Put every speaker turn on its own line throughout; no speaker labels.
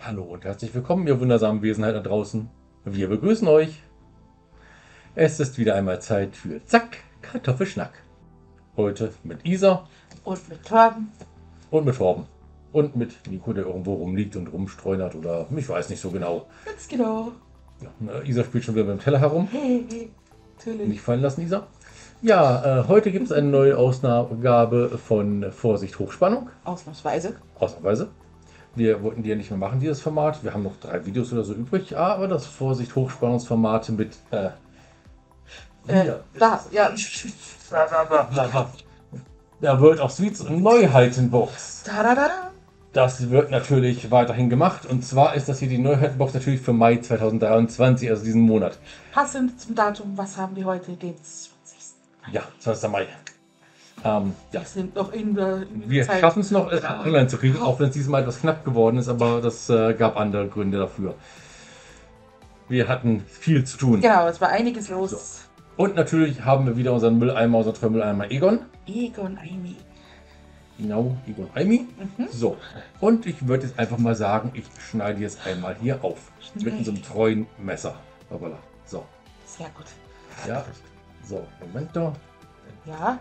Hallo und herzlich willkommen, ihr wundersamen Wesenheit da draußen. Wir begrüßen euch. Es ist wieder einmal Zeit für Zack, Kartoffelschnack. Heute mit Isa
Und mit Torben.
und mit Torben. Und mit Nico, der irgendwo rumliegt und rumstreunert oder ich weiß nicht so genau.
Ganz genau.
Ja, ne, Isa spielt schon wieder mit dem Teller herum.
Hey, natürlich.
Nicht fallen lassen, Isa. Ja, äh, heute gibt es eine neue Ausgabe von Vorsicht Hochspannung.
Ausnahmsweise.
Ausnahmsweise. Wir wollten die ja nicht mehr machen, dieses Format. Wir haben noch drei Videos oder so übrig, Ah, aber das Vorsicht Hochspannungsformat mit äh,
Äh,
Ja.
da, ja.
bla, bla, bla, bla, bla. der World of Sweets und Neuheitenbox.
Da, da, da, da.
Das wird natürlich weiterhin gemacht und zwar ist das hier die Neuheitenbox natürlich für Mai 2023, also diesen Monat.
Passend zum Datum, was haben wir heute? Den 20.
Ja, 20. Mai. Ähm, ja.
Wir sind noch in der, in der
Wir
Zeit.
schaffen es noch, es online zu kriegen, auch wenn es diesmal etwas knapp geworden ist, aber das äh, gab andere Gründe dafür. Wir hatten viel zu tun.
Genau, es war einiges los.
Und natürlich haben wir wieder unseren Mülleimer, unseren Trömmeleimer Egon.
Egon, Amy.
Genau, Egon Almi.
Mhm.
So, und ich würde jetzt einfach mal sagen, ich schneide jetzt einmal hier auf. Mit
Nee.
unserem treuen Messer. Hoppala. So,
Sehr gut.
ja. So, Moment da.
Ja,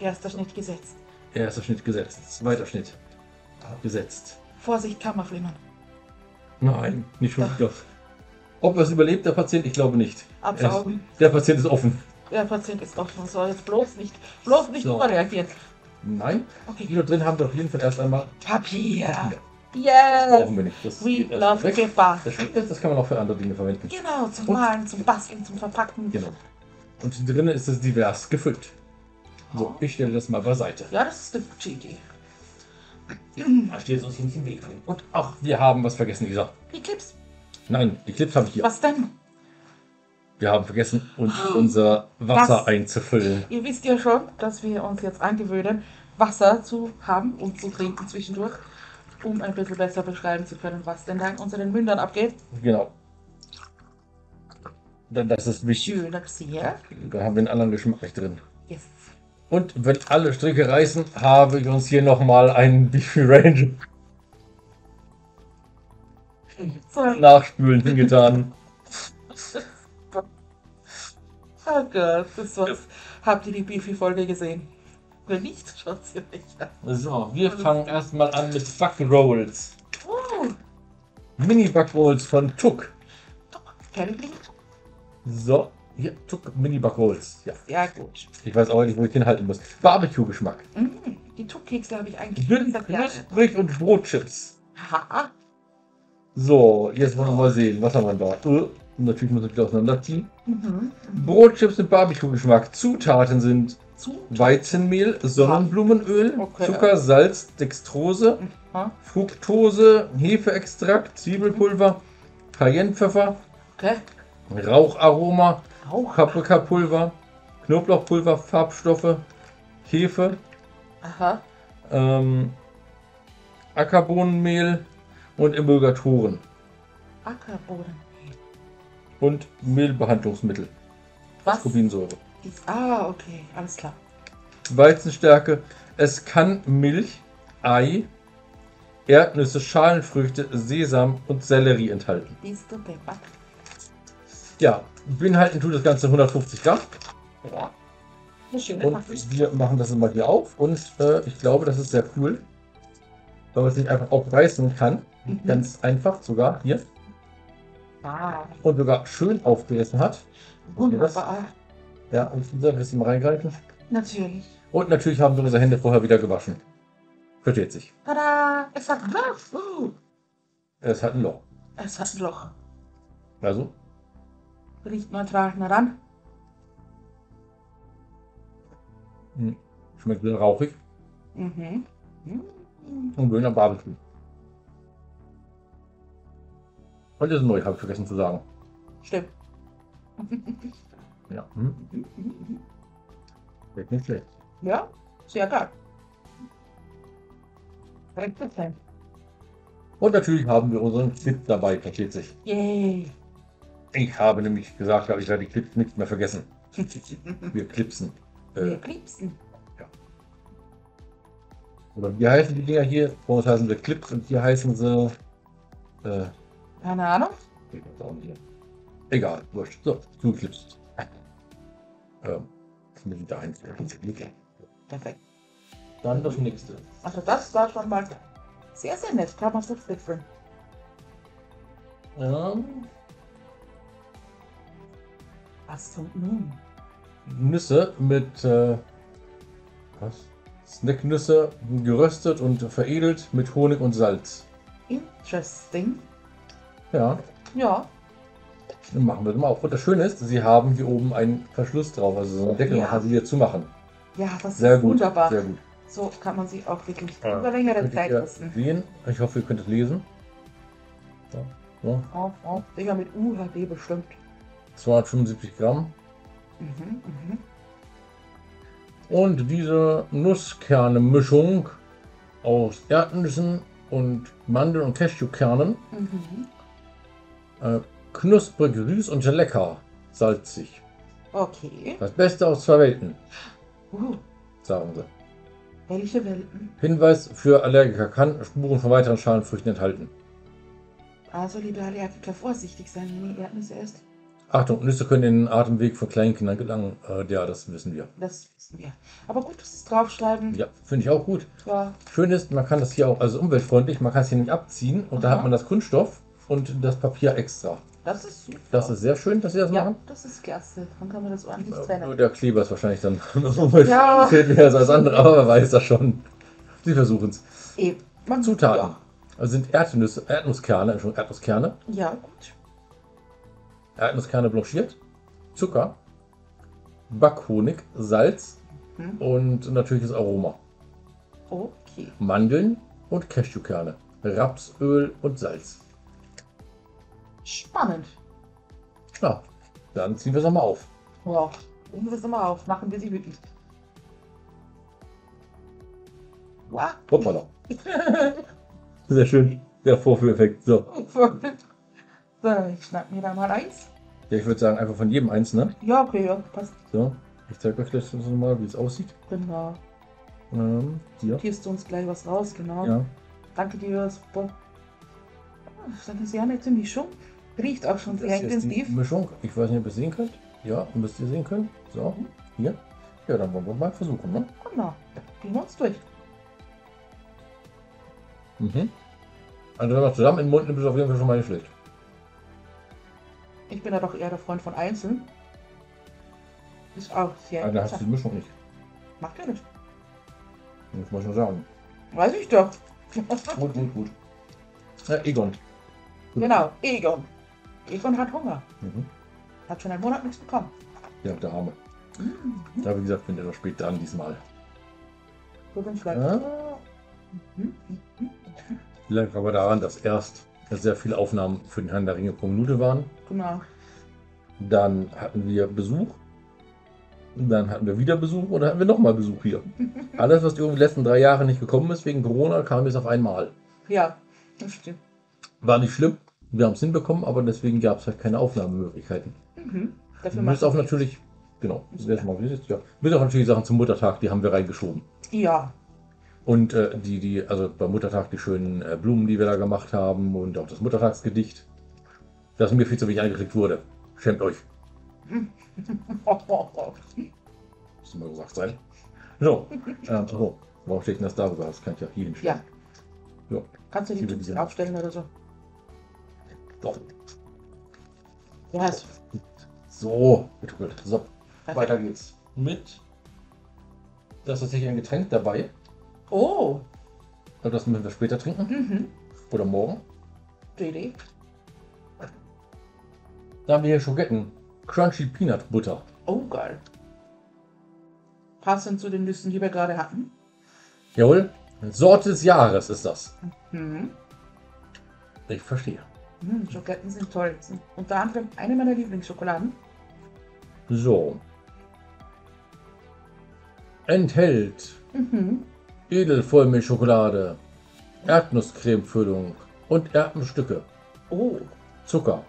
erster Schnitt gesetzt.
Erster Schnitt gesetzt. Zweiter Schnitt gesetzt.
Vorsicht, Kammerflimmern.
Nein, nicht schon wieder. Ob es überlebt, der Patient? Ich glaube nicht.
Absaugen.
Er ist- Der Patient ist offen.
Der Patient ist offen. Man soll jetzt bloß nicht, bloß nicht
So.
überreagieren.
Nein. Die
Okay.
da drin haben wir auf jeden Fall erst einmal.
Papier.
Brauchen
Yes.
wir nicht. Das
Äh, We
geht erst
love
weg.
paper.
Das Schöne ist, das kann man auch für andere Dinge verwenden.
Genau, zum
Und-
Malen, zum Basteln, zum Verpacken.
Genau. Und drinnen ist es divers gefüllt. So, ich stelle das mal beiseite.
Ja, das ist eine gute Idee.
Da steht es uns hier nicht im Weg drin. Und ach, wir haben was vergessen, Isa.
Die Clips.
Nein, die Clips habe ich hier.
Was denn?
Wir haben vergessen, uns unser Wasser
Was?
einzufüllen.
Ihr wisst ja schon, dass wir uns jetzt angewöhnen, Wasser zu haben und zu trinken zwischendurch, um ein bisschen besser beschreiben zu können, was denn da in unseren Mündern abgeht.
Genau. Dann das ist wichtig.
Schön, das hier.
Da haben wir einen anderen Geschmack nicht drin.
Yes.
Und wenn alle Stricke reißen, habe ich uns hier nochmal einen Beefy Range
So,
Nachspülen hingetan.
oh Gott, das war's. Habt ihr die Beefy-Folge gesehen? Wenn nicht, schaut sie euch an.
So, wir fangen erstmal an mit Backrolls.
Uh,
Mini-Backrolls von Tuck.
Candy?
So, hier, Tuck Mini-Backrolls. Ja.
Ja, gut.
Ich weiß auch nicht, wo ich den halten muss. Barbecue-Geschmack.
Mm, die Tuckkekse habe ich eigentlich
Dünn,
gesagt, ja.
knusprig und Brotchips.
Ha,
So, jetzt wollen wir mal sehen, was haben wir da? Äh, natürlich muss ich wieder auseinanderziehen.
mhm.
Brotchips mit Barbecue-Geschmack. Zutaten sind
Zu.
Weizenmehl, Sonnenblumenöl,
Okay.
Zucker, Salz, Dextrose,
Ha,
Fructose, Hefeextrakt, Zwiebelpulver, Cayennepfeffer,
Okay.
Raucharoma,
Auch.
Paprikapulver, Knoblauchpulver, Farbstoffe, Hefe,
Aha.
ähm, Ackerbohnenmehl und Emulgatoren
Ackerbohnen.
und Mehlbehandlungsmittel,
Was?
Ascorbinsäure.
Ist, ah, okay, alles klar.
Weizenstärke, es kann Milch, Ei, Erdnüsse, Schalenfrüchte, Sesam und Sellerie enthalten.
Bist du deppert?
Ja, beinhalten tut das Ganze 150 Gramm
Ja. Eine schöne Nachricht.
und wir machen das mal hier auf und äh, ich glaube, das ist sehr cool, weil man es nicht einfach aufreißen kann.
Mhm.
Ganz einfach sogar hier
Ah,
und sogar schön aufgerissen hat.
wunderbar.
Ja, und wie gesagt, ein bisschen mal reingreifen.
Natürlich.
Und natürlich haben wir unsere Hände vorher wieder gewaschen. Versteht sich.
Tada! Es hat ein Loch. Uh,
Es hat halt ein Loch.
es hat ein Loch.
Also,
Riecht neutral nah ran.
mh, schmeckt sehr rauchig.
Mhm. Mhm.
Und Döner Barbecue. Und das ist neu, habe ich vergessen zu sagen.
Stimmt.
Ja. Hm. Schmeckt nicht schlecht.
Ja, sehr geil. Richtig sein.
Und natürlich haben wir unseren Clip dabei, versteht sich.
Yay.
Ich habe nämlich gesagt, ich werde die Clips nicht mehr vergessen. Wir clipsen. Äh,
Wir klipsen.
oder wie heißen die Dinger hier? Bei uns heißen sie Clips und hier heißen sie Äh,
Keine Ahnung.
ich weiß auch nicht. Egal, wurscht. So, du flippst. Ähm, das mit der Eins.
Perfekt.
Dann das nächste.
Also das war schon mal sehr, sehr nett. Kann man so wechseln.
Ähm,
Was kommt nun?
Nüsse mit äh, was? Snacknüsse geröstet und veredelt mit Honig und Salz.
Interesting.
Ja,
Ja.
dann machen wir das mal auf. Und das Schöne ist, sie haben hier oben einen Verschluss drauf, also so einen Deckel,
Ja.
man kann sie wieder zumachen.
Ja, das
Sehr
ist
gut.
wunderbar.
Sehr gut.
So kann man sie auch wirklich
Ja.
über längere
Könnt
Zeit
ihr
essen.
sehen. Ich hoffe, ihr könnt es lesen. So. So.
Oh, oh. Digga, mit UHD bestimmt.
275 Gramm.
Mhm, mhm.
Und diese Nusskerne-Mischung aus Erdnüssen und Mandel- und Cashewkernen.
Mhm.
Äh, knusprig, süß und lecker. Salzig.
Okay.
Das Beste aus zwei Welten,
Uh,
sagen sie.
welche Welten?
Hinweis für Allergiker kann Spuren von weiteren Schalenfrüchten enthalten.
Also, liebe Allergiker, vorsichtig sein, wenn ihr Erdnüsse esst.
Achtung, Nüsse können in den Atemweg von kleinen Kindern gelangen. Äh, ja, das wissen wir.
Das wissen wir. Aber gut, dass sie es draufschreiben.
Ja, finde ich auch gut.
Ja.
Schön ist, man kann das hier auch, also umweltfreundlich, man kann es hier nicht abziehen und da
Aha.
hat man das Kunststoff und das Papier extra.
Das ist super.
Das ist sehr schön, dass sie das
ja,
machen.
das ist klasse. Dann kann man das ordentlich
Äh, Nur
trennen.
der Kleber ist wahrscheinlich dann
Ja.
umweltschädlicher als andere, aber wer weiß das schon. Sie versuchen es.
Eben. Man
Zutaten also sind Erdnüsse, Erdnusskerne, Entschuldigung, Erdnusskerne,
Ja, ja gut.
Erdnusskerne blanchiert, Zucker, Backhonig, Salz
Mhm.
und natürlich das Aroma.
Okay.
Mandeln und Cashewkerne, Rapsöl und Salz.
Spannend.
Ja, dann ziehen wir es nochmal auf.
Ja. Rufen wir es mal auf. Machen wir sie wirklich. Wow.
Hoppala. Sehr schön. Der Vorführeffekt. So.
so, ich schnapp mir da mal eins.
Ja, ich würde sagen, einfach von jedem eins, ne?
Ja, okay, ja, passt.
So. Ich zeige euch gleich noch mal, wie es aussieht.
Genau.
Ähm, hier.
Tierst du uns gleich was raus, genau.
Ja.
Danke dir, super. Ah, Das ist ja eine nette Mischung. Riecht auch schon sehr
Das hier ist die
intensiv.
Mischung. Ich weiß nicht, ob ihr es sehen könnt. Ja, müsst ihr sehen können. So. Hier. Ja, dann wollen wir mal versuchen, ne?
Genau. Gehen wir uns durch.
Mhm. Also wenn man zusammen in den Mund nimmt, ist es auf jeden Fall schon mal nicht schlecht.
Ich bin ja doch eher der Freund von Einzeln. Ist auch sehr
Also da hast du die
interessant.
Mischung nicht.
Macht ja nichts.
Das muss ich schon sagen.
Weiß ich doch.
Gut, gut, gut. Ja, Egon.
genau, Egon. Egon hat Hunger.
Mhm.
Hat schon einen Monat nichts bekommen.
Ja, der Arme.
Mhm.
Ja, wie gesagt, bin etwas spät dran diesmal.
So bin ich gleich.
Ja,
Mhm. Mhm.
lag aber daran, dass erst sehr viele Aufnahmen für den Herrn der Ringe pro Minute waren.
Genau.
Dann hatten wir Besuch. Dann hatten wir wieder Besuch und dann hatten wir nochmal Besuch hier. Alles, was irgendwie die letzten drei Jahre nicht gekommen ist wegen Corona, kam jetzt auf einmal.
Ja, das stimmt.
War nicht schlimm, wir haben es hinbekommen, aber deswegen gab es halt keine Aufnahmemöglichkeiten.
Mhm. Dafür
Bis
macht-
auf natürlich, genau, das erste Mal, ja, bis auf natürlich Sachen zum Muttertag, die haben wir reingeschoben.
Ja,
Und äh, die, die, also beim Muttertag die schönen äh, Blumen, die wir da gemacht haben und auch das Muttertagsgedicht, das mir viel zu wenig angeklickt wurde. Schämt euch, muss mal gesagt sein. So, ähm, so. warum steht denn das darüber? Das kann ich ja hier hinstellen.
Ja. Kannst du die
Liebe
Tipps
Lisa.
aufstellen oder so?
Doch.
Ja, ist
So, gedrückt. So,
perfekt.
weiter geht's. Mit. Da ist tatsächlich ein Getränk dabei.
Oh,
Aber das müssen wir später trinken.
mhm.
Oder morgen.
Gute Idee.
Da haben wir hier Schogetten. Crunchy Peanut Butter.
Oh, geil. Passend zu den Nüssen, die wir gerade hatten.
Jawohl. Sorte des Jahres ist das.
Mhm.
Ich verstehe.
Mhm, Schoketten sind toll. Sind unter anderem eine meiner Lieblingsschokoladen.
So. Enthält
Mhm.
Edelvollmilchschokolade, Erdnusscremefüllung und Erdenstücke,
Oh,
Zucker,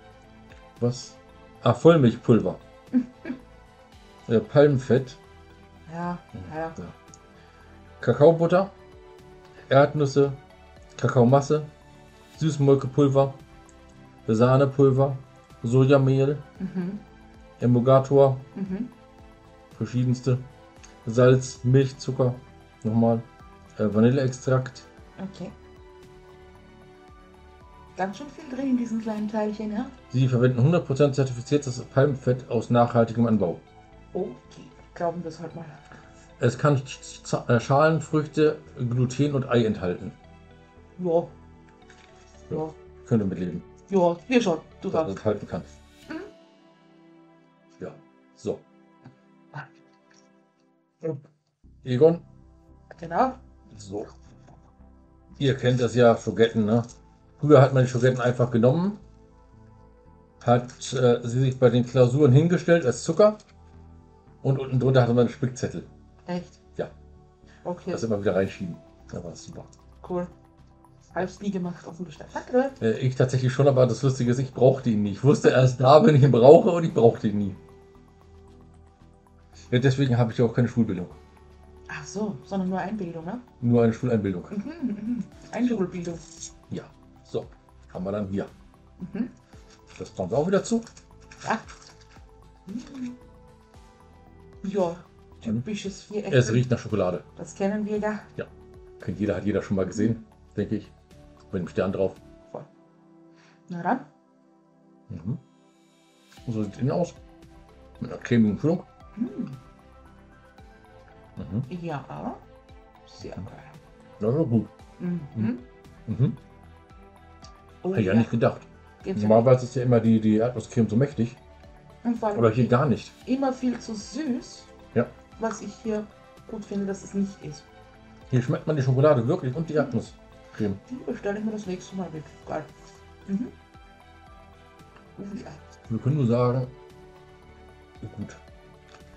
was? Ah, Vollmilchpulver, äh, Palmfett,
ja, ja.
Kakaobutter, Erdnüsse, Kakaomasse, Süßmolkepulver, Sahnepulver, Sojamehl,
Mhm.
Emulgator,
Mhm.
verschiedenste, Salz, Milch, Zucker, nochmal, äh, Vanilleextrakt,
Okay. Ganz schön viel drin in diesen kleinen Teilchen, ja?
Sie verwenden 100% zertifiziertes Palmfett aus nachhaltigem Anbau.
Okay. Glauben wir es heute mal.
Es kann Sch- Sch- äh, Schalen, Früchte, Gluten und Ei enthalten.
Ja.
Ja.
Ja.
Könnte mitleben,
Ja, wir schon. Du
dass man
sagst.
es halten kann. Ja, so. Egon,
Genau.
so. Ihr kennt das ja, Schogetten, ne? Früher hat man die Schogetten einfach genommen, hat äh, sie sich bei den Klausuren hingestellt als Zucker und unten drunter hatte man einen Spickzettel.
Echt?
Ja. Also-
Okay,
Das immer wieder reinschieben. Da war es super.
cool. Hab ich's nie gemacht, offengestellt. Danke.
Äh, Ich tatsächlich schon, aber das Lustige ist, ich brauchte ihn nie. Ich wusste erst da, wenn ich ihn brauche und ich brauchte ihn nie. Ja, deswegen habe ich ja auch keine Schulbildung.
Ach so, sondern nur Einbildung, ne?
Nur eine Schuleinbildung.
Mhm, mhm. Einschulbildung.
Ja. So, haben wir dann hier.
Mhm.
Das kommt auch wieder zu.
Ja. Mhm. Ja, typisches Viereck.
Es riecht nach Schokolade.
Das kennen wir ja.
Kennt jeder, hat jeder schon mal gesehen, denke ich. Mit dem Stern drauf.
Na dann.
Mhm. Und so sieht es innen aus. Mit einer cremigen Füllung.
Mhm.
Mhm.
Ja. Sehr geil.
Das ist doch gut.
Mhm.
Mhm. Mhm.
Oh,
Hätte ich ja nicht gedacht.
Gibt's ja
Normalerweise ist ja immer die, die Erdnusscreme so mächtig.
nicht. Und vor allem
Oder hier gar nicht.
immer viel zu süß.
Ja.
Was ich hier gut finde, dass es nicht ist.
Hier schmeckt man die Schokolade wirklich und die
Mhm.
Erdnusscreme.
Die bestelle ich mir das nächste Mal mit. Geil. Mhm. Oh ja.
Wir können nur sagen, gut.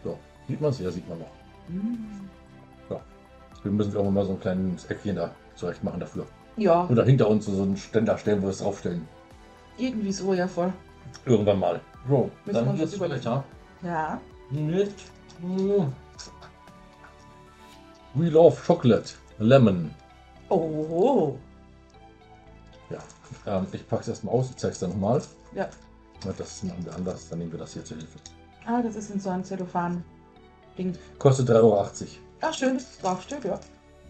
So, sieht man es? Ja, sieht man noch.
Mhm.
Wir müssen auch mal so ein kleines Eckchen da zurecht machen dafür.
Ja,
Oder hinter uns so einen Ständer stellen, wo wir es draufstellen.
irgendwie so, ja voll.
Irgendwann mal. So,
Müssen wir uns das überlegen.
weiter
Ja.
mit mm, We Love Chocolate Lemon.
Oh.
Ähm, ich packe es erstmal aus, ich zeige es dann nochmal.
Ja.
Ja, Das machen wir anders, dann nehmen wir das hier zur Hilfe.
Ah, das ist in so einem Zellophan-Ding.
Kostet 3,80 Euro.
Ach, Ah, schön, dass es draufsteht, ja.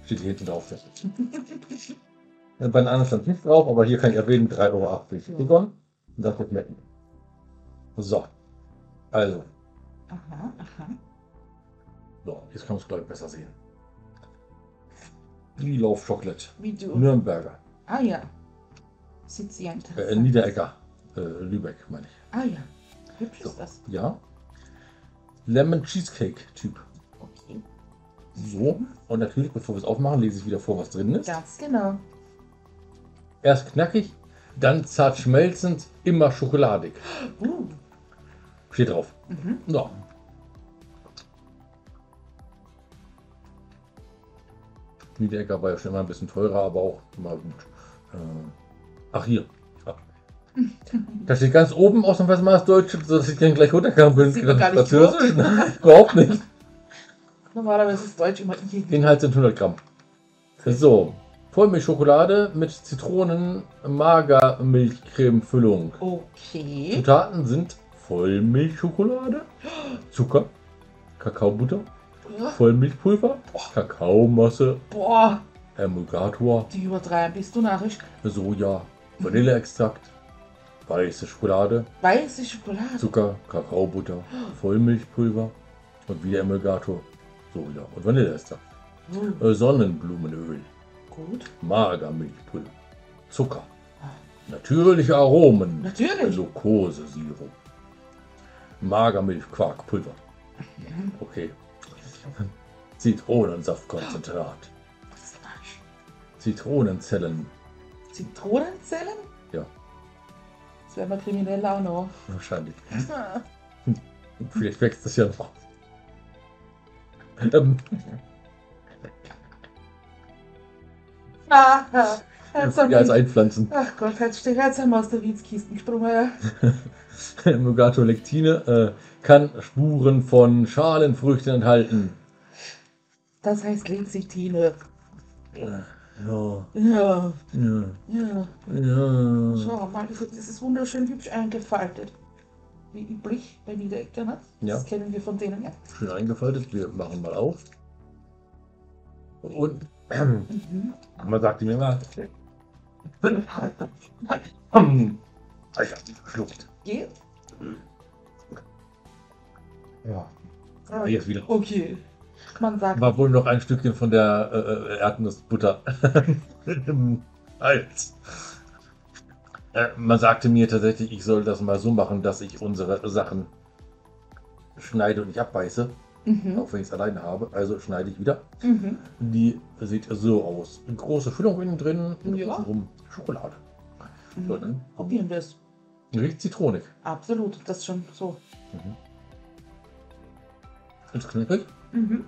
Steht hier hinten drauf. Ja, Bei den anderen stand nicht drauf, aber hier kann ich erwähnen, 3,80 Euro. Egon, und dann gucken wir. So. Also,
Aha, aha.
so, jetzt kann man es gleich besser sehen. Die Loaf Chocolate.
Wie du.
Nürnberger.
Ah ja. Sieht sehr
Äh,
interessant.
Niederegger. Äh, Lübeck, meine ich.
ah ja. Hübsch
So.
ist das.
Ja. Lemon Cheesecake Typ.
Okay.
So. Und natürlich, bevor wir es aufmachen, lese ich wieder vor, was drin ist.
Ganz genau.
Erst knackig, dann zart schmelzend, immer schokoladig.
Uh.
Steht drauf.
Mhm.
So. Niederegger war ja schon immer ein bisschen teurer, aber auch immer gut. Äh, ach, hier. Ja. Da steht ganz oben ausnahmsweise mal das Deutsche, sodass ich dann gleich runterkommen bin.
Sieht man gar nicht
Französisch? Überhaupt nicht.
Normalerweise ist Deutsch immer irgendwie.
Inhalt sind 100 Gramm. So. Vollmilchschokolade mit Zitronen-Magermilchcreme-Füllung.
Okay.
Zutaten sind Vollmilchschokolade, Zucker, Kakaobutter,
Ja.
Vollmilchpulver, Kakaomasse,
Boah,
Emulgator,
die übertreiben. Bist du narrisch?
Soja, Vanilleextrakt, weiße Schokolade,
Weiße Schokolade.
Zucker, Kakaobutter, Vollmilchpulver und wieder Emulgator, Soja und Vanilleextrakt.
Uh,
Äh, Sonnenblumenöl,
gut.
Magermilchpulver, Zucker, natürliche Aromen,
Natürlich.
Also- Glukosesirup, Magermilchquarkpulver. Okay. Zitronensaftkonzentrat.
Das ist narrisch.
Zitronenzellen.
Zitronenzellen?
Ja.
Das wäre mal kriminell auch noch.
Wahrscheinlich.
Ah,
Vielleicht wächst das ja noch. Ähm,
ah, jetzt haben
ja, also- als
die-
Einpflanzen.
Ach Gott, jetzt steht jetzt einmal aus der Witzkiste gesprungen. Ja.
Mugatolektine äh, kann Spuren von Schalenfrüchten enthalten.
Das heißt Lexitine.
Äh, Ja,
Ja,
ja,
ja.
Hm. ja.
So, mal gesagt, das ist wunderschön hübsch eingefaltet. Wie üblich bei Niederecker, ne?
Ja.
Das kennen wir von denen ja.
Schön eingefaltet. Wir machen mal auf. Und
Mhm.
man sagte mir mal. Ich hab dich verschluckt.
Geh.
Ja.
Ah,
Jetzt wieder.
Okay. Man sagt,
War wohl noch ein Stückchen von der äh, äh, Erdnussbutter im Hals. Äh, man sagte mir tatsächlich, ich soll das mal so machen, dass ich unsere Sachen schneide und nicht abbeiße,
mhm.
auch wenn ich es alleine habe. Also schneide ich wieder.
Mhm.
Die sieht so aus. Eine große Füllung innen drin und
Ja.
außenrum Schokolade. So,
Mhm.
ne?
Probieren wir es.
Riecht zitronig.
Absolut, das ist schon so.
Ist knuckig,
Mhm.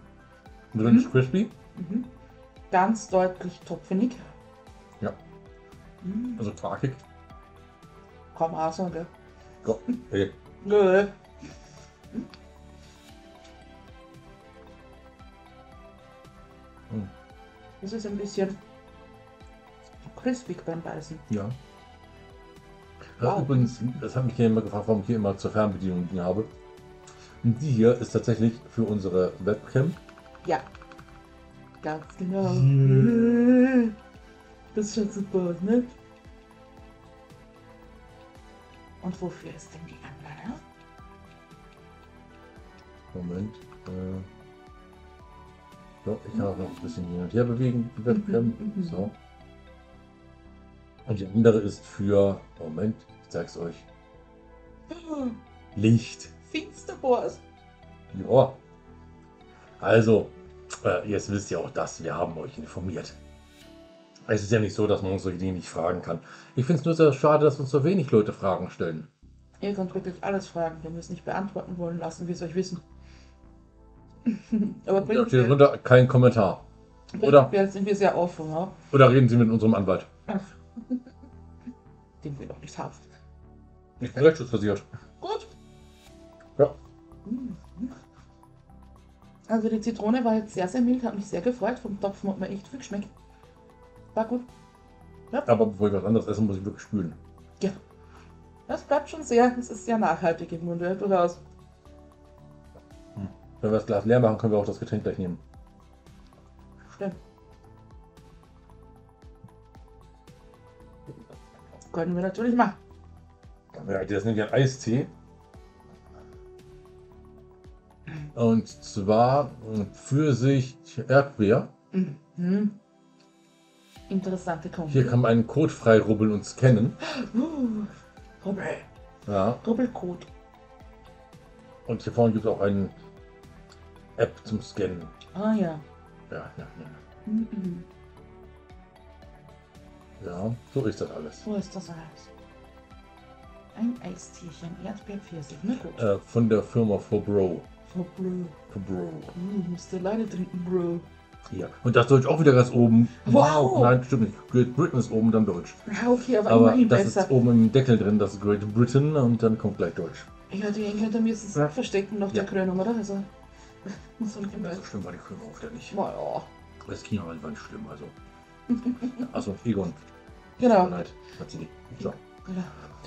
drin ist
Mhm.
crispy.
Mhm. Ganz deutlich topfenig.
Ja.
Mhm.
Also quarkig.
Kaum Hasen, gell?
Ja. Ey,
Nö. Mhm.
Hm.
Das ist ein bisschen krispig beim Beißen.
Ja.
Wow.
Äh, Übrigens, das hat mich hier immer gefragt, warum ich hier immer zur Fernbedienung Ding habe. Und die hier ist tatsächlich für unsere Webcam.
Ja. Ganz genau.
Yeah.
Das ist schon super, ne? Und wofür ist denn die andere?
Moment. Äh, so, ich kann auch noch ein bisschen hin und her bewegen, die Webcam.
Mhm, mhm.
So. Und die andere ist für, Moment, ich zeig's euch,
Hm,
Licht.
Finsterbohrs.
Ja. Also, äh, jetzt wisst ihr auch das, wir haben euch informiert. Es ist ja nicht so, dass man uns solche Dinge nicht fragen kann. Ich finde es nur sehr schade, dass uns so wenig Leute Fragen stellen.
Ihr könnt wirklich alles fragen, wenn wir es nicht beantworten wollen, lassen wir es euch wissen. Aber
Da
prinzipiell,
steht runter, kein Kommentar. oder?
prinzipiell sind wir sehr offen, ne?
Oder reden Sie mit unserem Anwalt.
Den wir doch nicht haben.
Ich bin rechtsschutzversichert.
Gut.
Ja.
Mhm. Also die Zitrone war jetzt sehr, sehr mild, hat mich sehr gefreut. Vom Topfen hat mir echt viel geschmeckt. War gut.
Aber bevor ich was anderes esse, muss ich wirklich spülen.
Das bleibt schon sehr, es ist sehr nachhaltig im Munde, durchaus.
Wenn wir das Glas leer machen, können wir auch das Getränk gleich nehmen.
Stimmt. Können wir natürlich machen.
Ja, das nennt ja ein Eistee. Und zwar hm, Pfirsich Erdbeer.
Mhm. Interessante Kombi.
Hier kann man einen Code freirubbeln und scannen.
Uh, Rubbel.
Ja,
Rubbelcode.
und hier vorne gibt es auch eine App zum Scannen.
Ah ja.
Ja, ja, ja.
Mhm.
Ja, so ist das alles.
So ist das alles. Ein Eistierchen, Erdbeerpfirsich. Na gut.
Äh, von der Firma For Bro.
Oh, Bro.
For Bro.
Uh, musst du alleine trinken, Bro.
Ja. Und das Deutsch auch wieder ganz oben.
Wow.
Nein, stimmt nicht. Great Britain ist oben, dann Deutsch.
Ja, okay, aber,
Aber
immerhin
das
besser.
ist oben im Deckel drin, das ist Great Britain und dann kommt gleich Deutsch.
Ja, die Engländer müssen es
Ja.
verstecken nach
Ja.
der Krönung, oder? Also, muss man immer.
So Also schlimm war die Krönung auch wieder nicht.
Naja.
Das Kino war nicht schlimm, also. Achso, Egon. Tut mir
Genau.
leid. Hat sie nicht. So.
genau.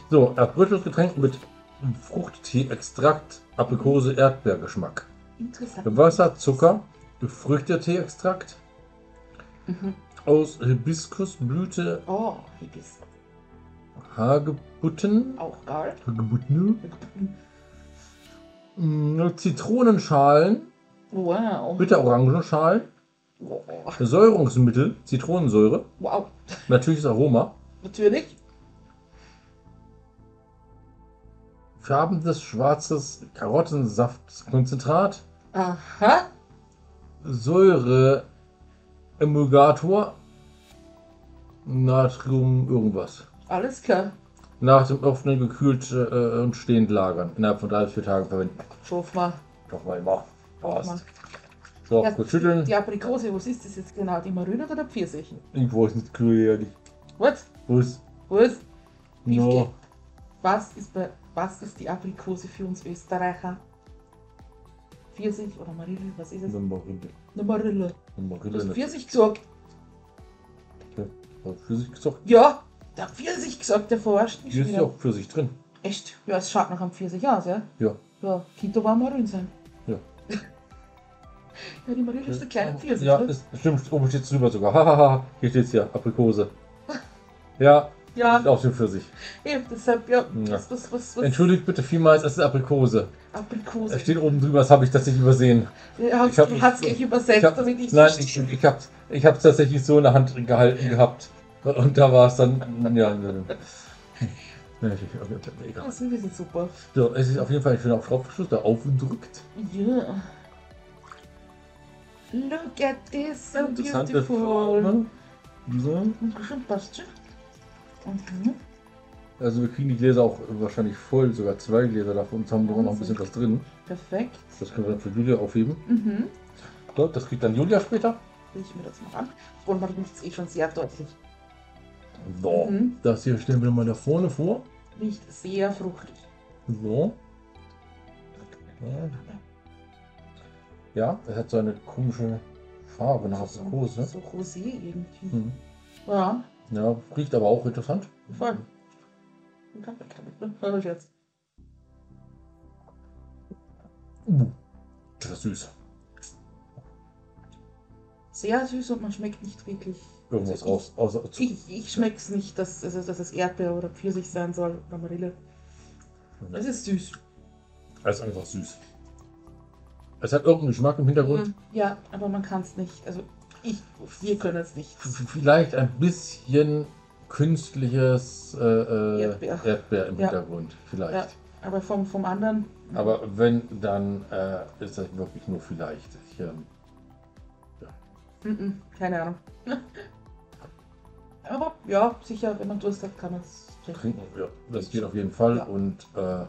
So, erfrischtes Getränk mit Fruchttee, Extrakt, Aprikose, Erdbeergeschmack.
Interessant.
Wasser, Zucker, Früchtetee-Extrakt
Mhm.
aus Hibiskusblüte,
Oh, Hibis.
Hagebutten,
Auch geil.
Hagebutten, mm, Zitronenschalen,
Wow.
Bitterorangenschalen,
Wow.
Säurungsmittel, Zitronensäure,
wow.
natürliches Aroma,
Natürlich.
färbendes schwarzes Karottensaftkonzentrat,
Aha.
Säure, Emulgator, Natrium, irgendwas.
Alles klar.
Nach dem Öffnen gekühlt äh, und stehend lagern. Innerhalb von drei bis vier Tagen verwenden.
Schauf mal.
Doch mal immer.
Mal.
Passt. So,
Ja,
gut schütteln.
Die Aprikose, was ist das jetzt genau? Die Marine oder der Pfirsich?
Irgendwo ist nicht kühl, ehrlich.
Was?
Was?
Was?
No.
Was ist, bei, was ist die Aprikose für uns Österreicher? Pfirsich oder Marille? Was ist es?
Eine Marille.
Eine Marille.
Eine
Du hast
Marille.
Pfirsich gesagt.
Und Pfirsichgezock.
Ja, der Pfirsich gesagt, der verarscht mich
Hier
schon
ist ja
wieder.
auch Pfirsich drin.
Echt? Ja, es schaut nach einem Pfirsich aus, ja?
Ja.
Ja, Kinder war mal drin sein.
Ja.
ja, die Marie ist der kleine Pfirsich,
Ja,
ne?
ist, stimmt. Oben steht es drüber sogar. Hahaha. Hier steht es ja. Aprikose. Ja,
ja,
ist auch dem Pfirsich.
eben, deshalb, ja,
Ja.
was, was, was, was,
Entschuldigt bitte vielmals, es ist Aprikose.
Aprikose.
Es steht oben drüber, das habe ich tatsächlich übersehen.
Ja,
ich hab-
du hast gleich übersetzt,
ich hab-
damit ich
Nein, ich, ich habe ich hab's tatsächlich so in der Hand gehalten gehabt. Und da war es dann. Ja, ne, ne. Nee, ich- okay, egal.
Das ist ein bisschen super.
So, es ist auf jeden Fall ein schöner Schraubverschluss, der aufdrückt.
Ja. Look at this, so
Interessante ne?
beautiful.
Form. So.
Bestimmt passt schon. Mhm.
Also wir kriegen die Gläser auch wahrscheinlich voll, sogar zwei Gläser davon. Jetzt haben wir noch ein bisschen was drin.
Perfekt.
Das können wir dann für Julia aufheben.
Mhm.
So, das kriegt dann Julia später.
Riech mir das mal an. Und man riecht es eh schon sehr deutlich.
So,
Mhm.
das hier stellen wir mal da vorne vor.
Riecht sehr fruchtig.
So. Ja, es hat so eine komische Farbe nach Aprikose.
So rosé irgendwie.
ne? Hm.
Ja,
Ja, riecht aber auch interessant.
voll. Voll jetzt.
Uh, das ist süß.
Sehr süß und man schmeckt nicht wirklich.
Irgendwas
Also
raus. Außer zu.
Ich, ich schmeck's nicht, dass, also, dass es Erdbeer oder Pfirsich sein soll oder Marille. Es ist süß.
Es ist einfach süß. Es hat irgendeinen Geschmack im Hintergrund.
Mhm. Ja, aber man kann's nicht. Also ich, wir können es nicht.
V- Vielleicht ein bisschen künstliches äh, äh,
Erdbeer.
im
Ja.
Hintergrund. Vielleicht.
Aber vom, vom anderen.
Aber wenn, dann äh, ist das wirklich nur vielleicht. Ich, ähm,
Mhm, keine Ahnung. aber ja, sicher, wenn man Durst hat, kann man es trinken.
trinken, ja, das geht auf jeden Fall.
Ja.
Und äh,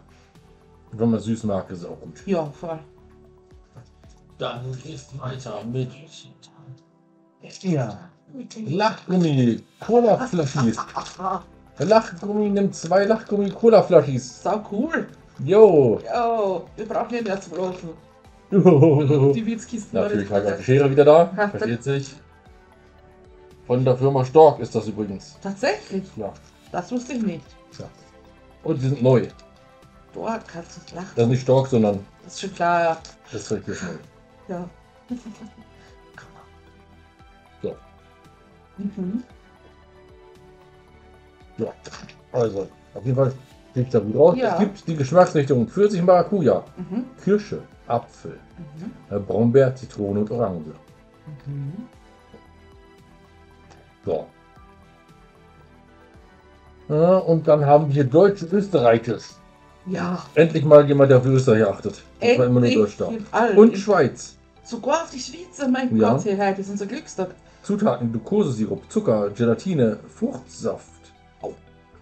wenn man süß mag, ist es auch gut.
Ja, voll.
Dann geht's weiter mit Ja. Lachgummi, Cola-Flaschis. Lachgummi nimmt zwei Lachgummi-Cola-Flaschis.
Sau cool.
Jo.
Jo, wir brauchen ja mehr zu laufen. Die Witzkisten
Natürlich habe ich auch die
waren
Schere wieder da.
Ha.
Versteht sich. Von der Firma Stork ist das übrigens.
Tatsächlich,
Ja.
das wusste ich nicht.
ja. Und die sind neu.
Boah, kannst du lachen.
Das ist nicht Stork, sondern
Das ist schon klar, ja.
das ist richtig neu.
ja.
So.
Mhm.
Ja. Also, auf jeden Fall sieht da gut aus.
Ja.
Es gibt die Geschmacksrichtung Pfirsich, Maracuja,
Mhm.
Kirsche, Apfel,
Mhm.
äh, Brombeer, Zitrone und Orange.
Mhm.
So. Ja, und dann haben wir Deutsch-Österreichisch.
Ja,
Endlich mal jemand, der auf Österreich achtet. Das war immer nur Deutsch da.
sind alle.
Und Schweiz.
sogar auf die Schweizer, mein
Ja.
Gott, hier, hey, die sind so Glückstag.
Zutaten: Glukosesirup, Zucker, Gelatine, Fruchtsaft.
Au.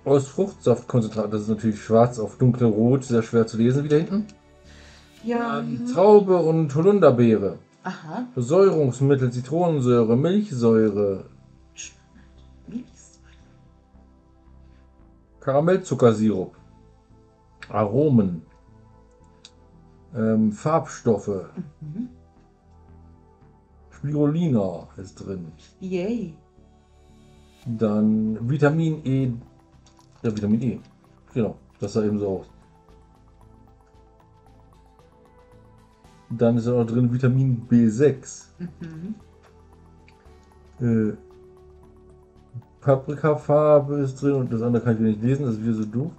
Aus Fruchtsaftkonzentrat, das ist natürlich schwarz auf dunkelrot, sehr schwer zu lesen wieder hinten.
Ja.
Ähm, Traube und Holunderbeere.
Aha.
Säurungsmittel, Zitronensäure, Milchsäure,
Nichts.
Karamellzuckersirup, Aromen, ähm, Farbstoffe,
Mhm.
Spirulina ist drin.
Yay.
Dann Vitamin E. Ja, Vitamin E. Genau, das sah eben so aus. Dann ist auch noch drin Vitamin B6.
Mhm.
Äh, Paprikafarbe ist drin und das andere kann ich wieder nicht lesen, das ist wieder so doof.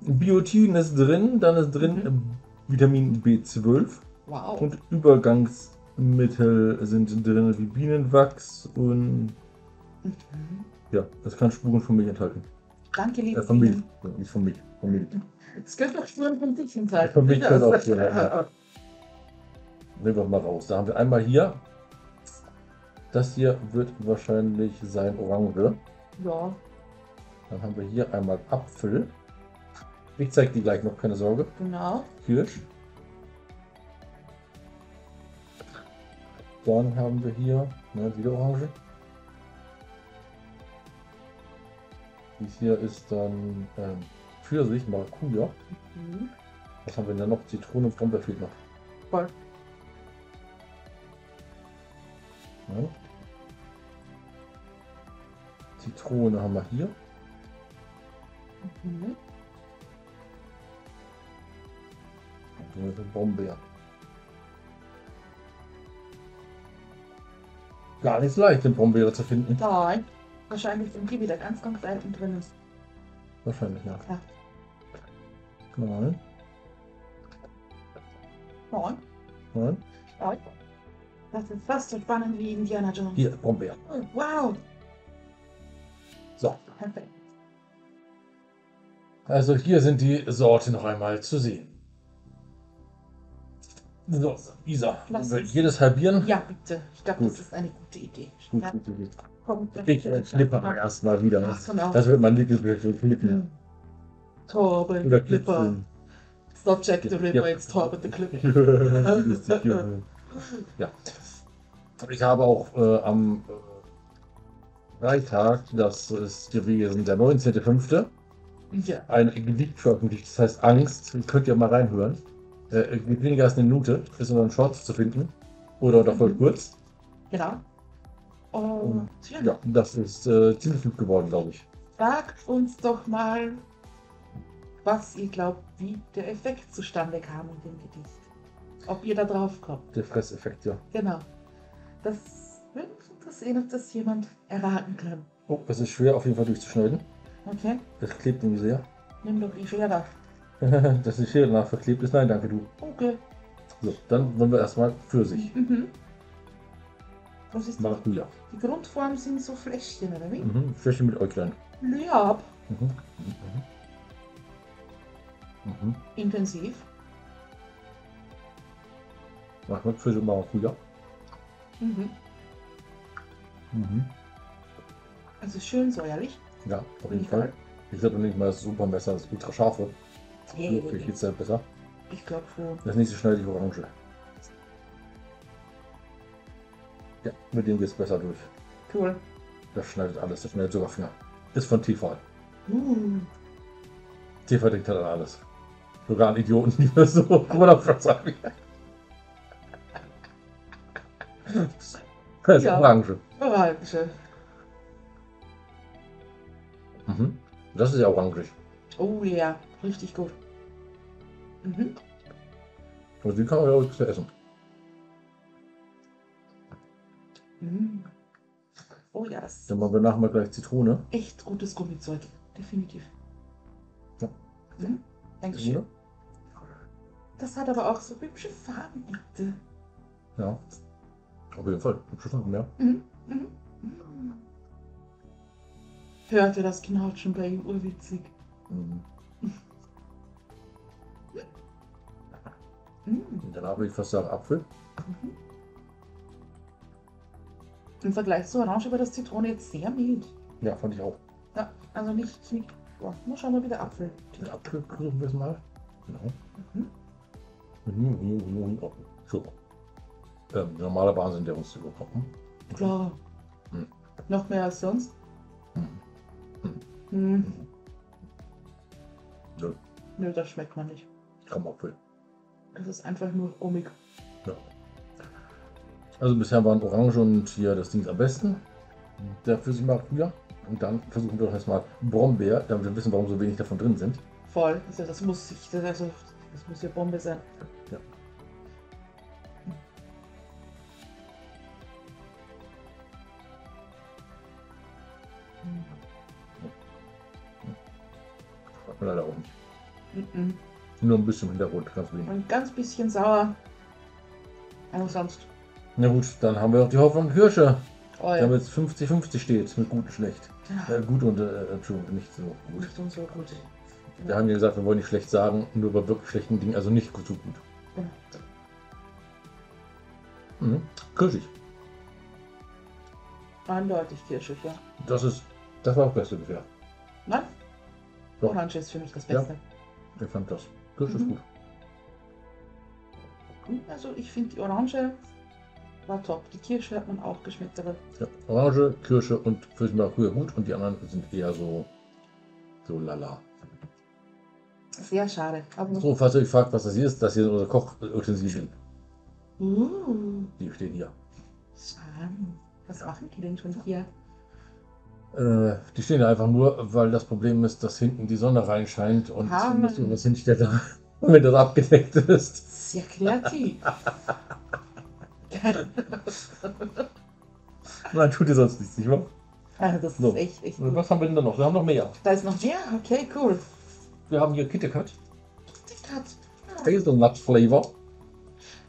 Biotin ist drin, dann ist drin äh, Vitamin B12
Wow.
und Übergangsmittel sind drin wie Bienenwachs und
Mhm.
ja, das kann Spuren von Milch enthalten.
Danke, liebe
Äh, von Milch,
Bienen.
Ja, nicht von Milch, von Milch.
Es könnte auch Spuren von dich enthalten.
Von Milch könnte auch Spuren
ja.
enthalten. Nehmen wir mal raus. Da haben wir einmal hier. Das hier wird wahrscheinlich sein Orange.
ja.
Dann haben wir hier einmal Apfel. Ich zeige die gleich noch, keine Sorge.
Genau.
Kirsch. Dann haben wir hier ne, wieder Orange. Dies hier ist dann ähm, Pfirsich, Maracuja.
Mhm.
Was haben wir denn da noch? Zitrone und Brombeer fehlt noch.
Voll.
Ja. Zitrone haben wir hier.
Mhm.
Und so eine Brombeer. Gar nicht so leicht, den Brombeer zu finden.
Nein. Wahrscheinlich sind die wieder ganz, ganz selten drin.
Wahrscheinlich, ja.
Ja.
Nein,
Nein.
nein.
Nein. Das ist fast so spannend wie Indiana Jones.
Hier, Brombeer.
Oh, wow.
So,
Perfekt.
also hier sind die Sorten noch einmal zu sehen. So, Isa,
Lass
wird
uns-
jedes halbieren?
Ja, bitte. Ich glaube,
Gut.
das ist eine gute Idee.
Gut,
Ja,
gut, gut, gut.
komm, das
Ich äh,
ist-
schnippe beim ersten Mal wieder.
Ach,
Das,
genau.
das wird mein Lieblingsbild für Flippen.
Torben,
Oder
Flipper.
Klippen.
Subject the
Ja,
Ripper,
ja.
it's Torben the Clipper.
ja. Ich habe auch äh, am äh, Freitag, das ist gewesen, der 19.05.,
Ja.
ein Gedicht veröffentlicht, das heißt Angst. Könnt ihr mal reinhören. Äh, geht weniger als eine Minute, ist unter den Shorts zu finden. Oder unter voll kurz.
Genau. Und ja,
Ja, das ist äh, ziemlich gut geworden, glaube ich.
sagt uns doch mal, was ihr glaubt, wie der Effekt zustande kam in dem Gedicht. Ob ihr da drauf kommt.
Der Fresseffekt, ja.
Genau. Das würde mich interessieren, ob das jemand erraten kann.
Oh, es ist schwer auf jeden Fall durchzuschneiden.
Okay?
Das klebt irgendwie sehr.
Nimm doch die Feder.
Dass die Schere danach verklebt ist. Nein, danke du.
Okay.
So, dann wollen wir erstmal für sich.
Mhm. Was ist das?
Maracuja.
Die Grundformen sind so Fläschchen, oder wie?
Mhm. Fläche mit Äuglein.
Liab.
Mhm. Mhm. Mhm. Mhm.
Intensiv.
Mach mal Pfirsich und Maracuja.
Mhm.
Mhm.
Also schön säuerlich.
Ja, auf jeden Fall. Ich glaube nicht mal das Supermesser, das ultra scharfe.
Hey,
Vielleicht geht es halt besser.
Ich glaube schon.
Das nächste schneide ich Orange. Ja, mit dem geht es besser durch.
Cool.
Das schneidet alles, das schneidet sogar Finger. Ist von TV.
Uh,
TV denkt halt an alles. Sogar an Idioten, die wir so runterfragen sagen. Das ist
Ja.
Orange.
Orange.
Mhm. Das ist ja orangig.
Oh ja, richtig gut. Mhm.
Und die kann man ja auch zu essen.
Mhm. Oh ja, das ist
Dann machen wir nachher mal gleich Zitrone.
echt gutes Gummizeug. Definitiv.
Ja.
Mhm. Dankeschön.
Zitrone.
Das hat aber auch so hübsche Farben, bitte.
Ja. Auf jeden Fall. Hübsche Farben, ja.
Mhm. Mhm. Mhm. Hört ihr das Knautschen bei ihm? Urwitzig.
Mhm.
Mhm.
Und danach will ich fast sagen Apfel.
Mhm. Im Vergleich zu Orange war das Zitrone jetzt sehr mild.
Ja, fand ich auch.
Ja, also nicht. nicht boah, nur schauen wir wieder Apfel.
Den Apfel versuchen wir es mal. Genau.
Mhm.
Mhm, mhm, mhm, mhm. So. Ähm, normaler Wahnsinn, der uns überkommt.
Klar.
Mhm.
Noch mehr als sonst.
Mhm.
Mhm.
Nö.
Nö, das schmeckt man nicht.
Kaum Apfel.
Das ist einfach nur gummig.
Also bisher waren Orange und hier das Ding am besten. Der Pfirsich Maracuja. Und dann versuchen wir doch erstmal Brombeer, damit wir wissen, warum so wenig davon drin sind.
Voll. Also das muss ich. Das, also, das muss ja Bombe sein.
Ja.
Mhm.
Hat man leider auch nicht.
Mhm.
Nur ein bisschen im Hintergrund, ganz wenig.
Ein ganz bisschen sauer. Aber sonst.
Na gut, dann haben wir auch die Hoffnung Kirsche,
Oh ja.
damit es 50-50 steht, mit gut und schlecht. Äh, gut und, äh, Entschuldigung, nicht so gut.
Nicht so gut.
Wir haben ja gesagt, wir wollen nicht schlecht sagen, nur bei wirklich schlechten Dingen, also nicht gut, so gut.
Genau.
Mhm. Kirschig.
Eindeutig kirschig, ja.
Das ist, das war das Beste bisher.
Nein?
Ja.
Orange ist für mich das
Ja.
Beste.
Ich fand das. Kirsch ist
Mhm.
gut.
Also ich finde die Orange war top. Die Kirsche hat man auch geschmeckt, aber
Ja. Orange, Kirsche und Pfirsich Maracuja gut und die anderen sind eher so, so lala.
sehr schade. Aber
So, falls ihr euch fragt, was das hier ist, das hier sind unsere Kochutensilien.
uh,
Die stehen hier.
schade. Was machen die denn schon hier?
Äh, die stehen da einfach nur, weil das Problem ist, dass hinten die Sonne reinscheint und
Ah,
musst du
Mann.
was hinstellen, wenn das abgedeckt ist.
Das ist ja kreativ. Ah,
Nein, tut ihr sonst nichts, nicht wahr?
Ah, das ist
So.
echt, echt gut.
Was haben wir denn da noch? Wir haben noch mehr.
Da ist noch mehr? Okay, cool.
Wir haben hier KitKat,
Kitty Kat.
Hazelnut Flavor,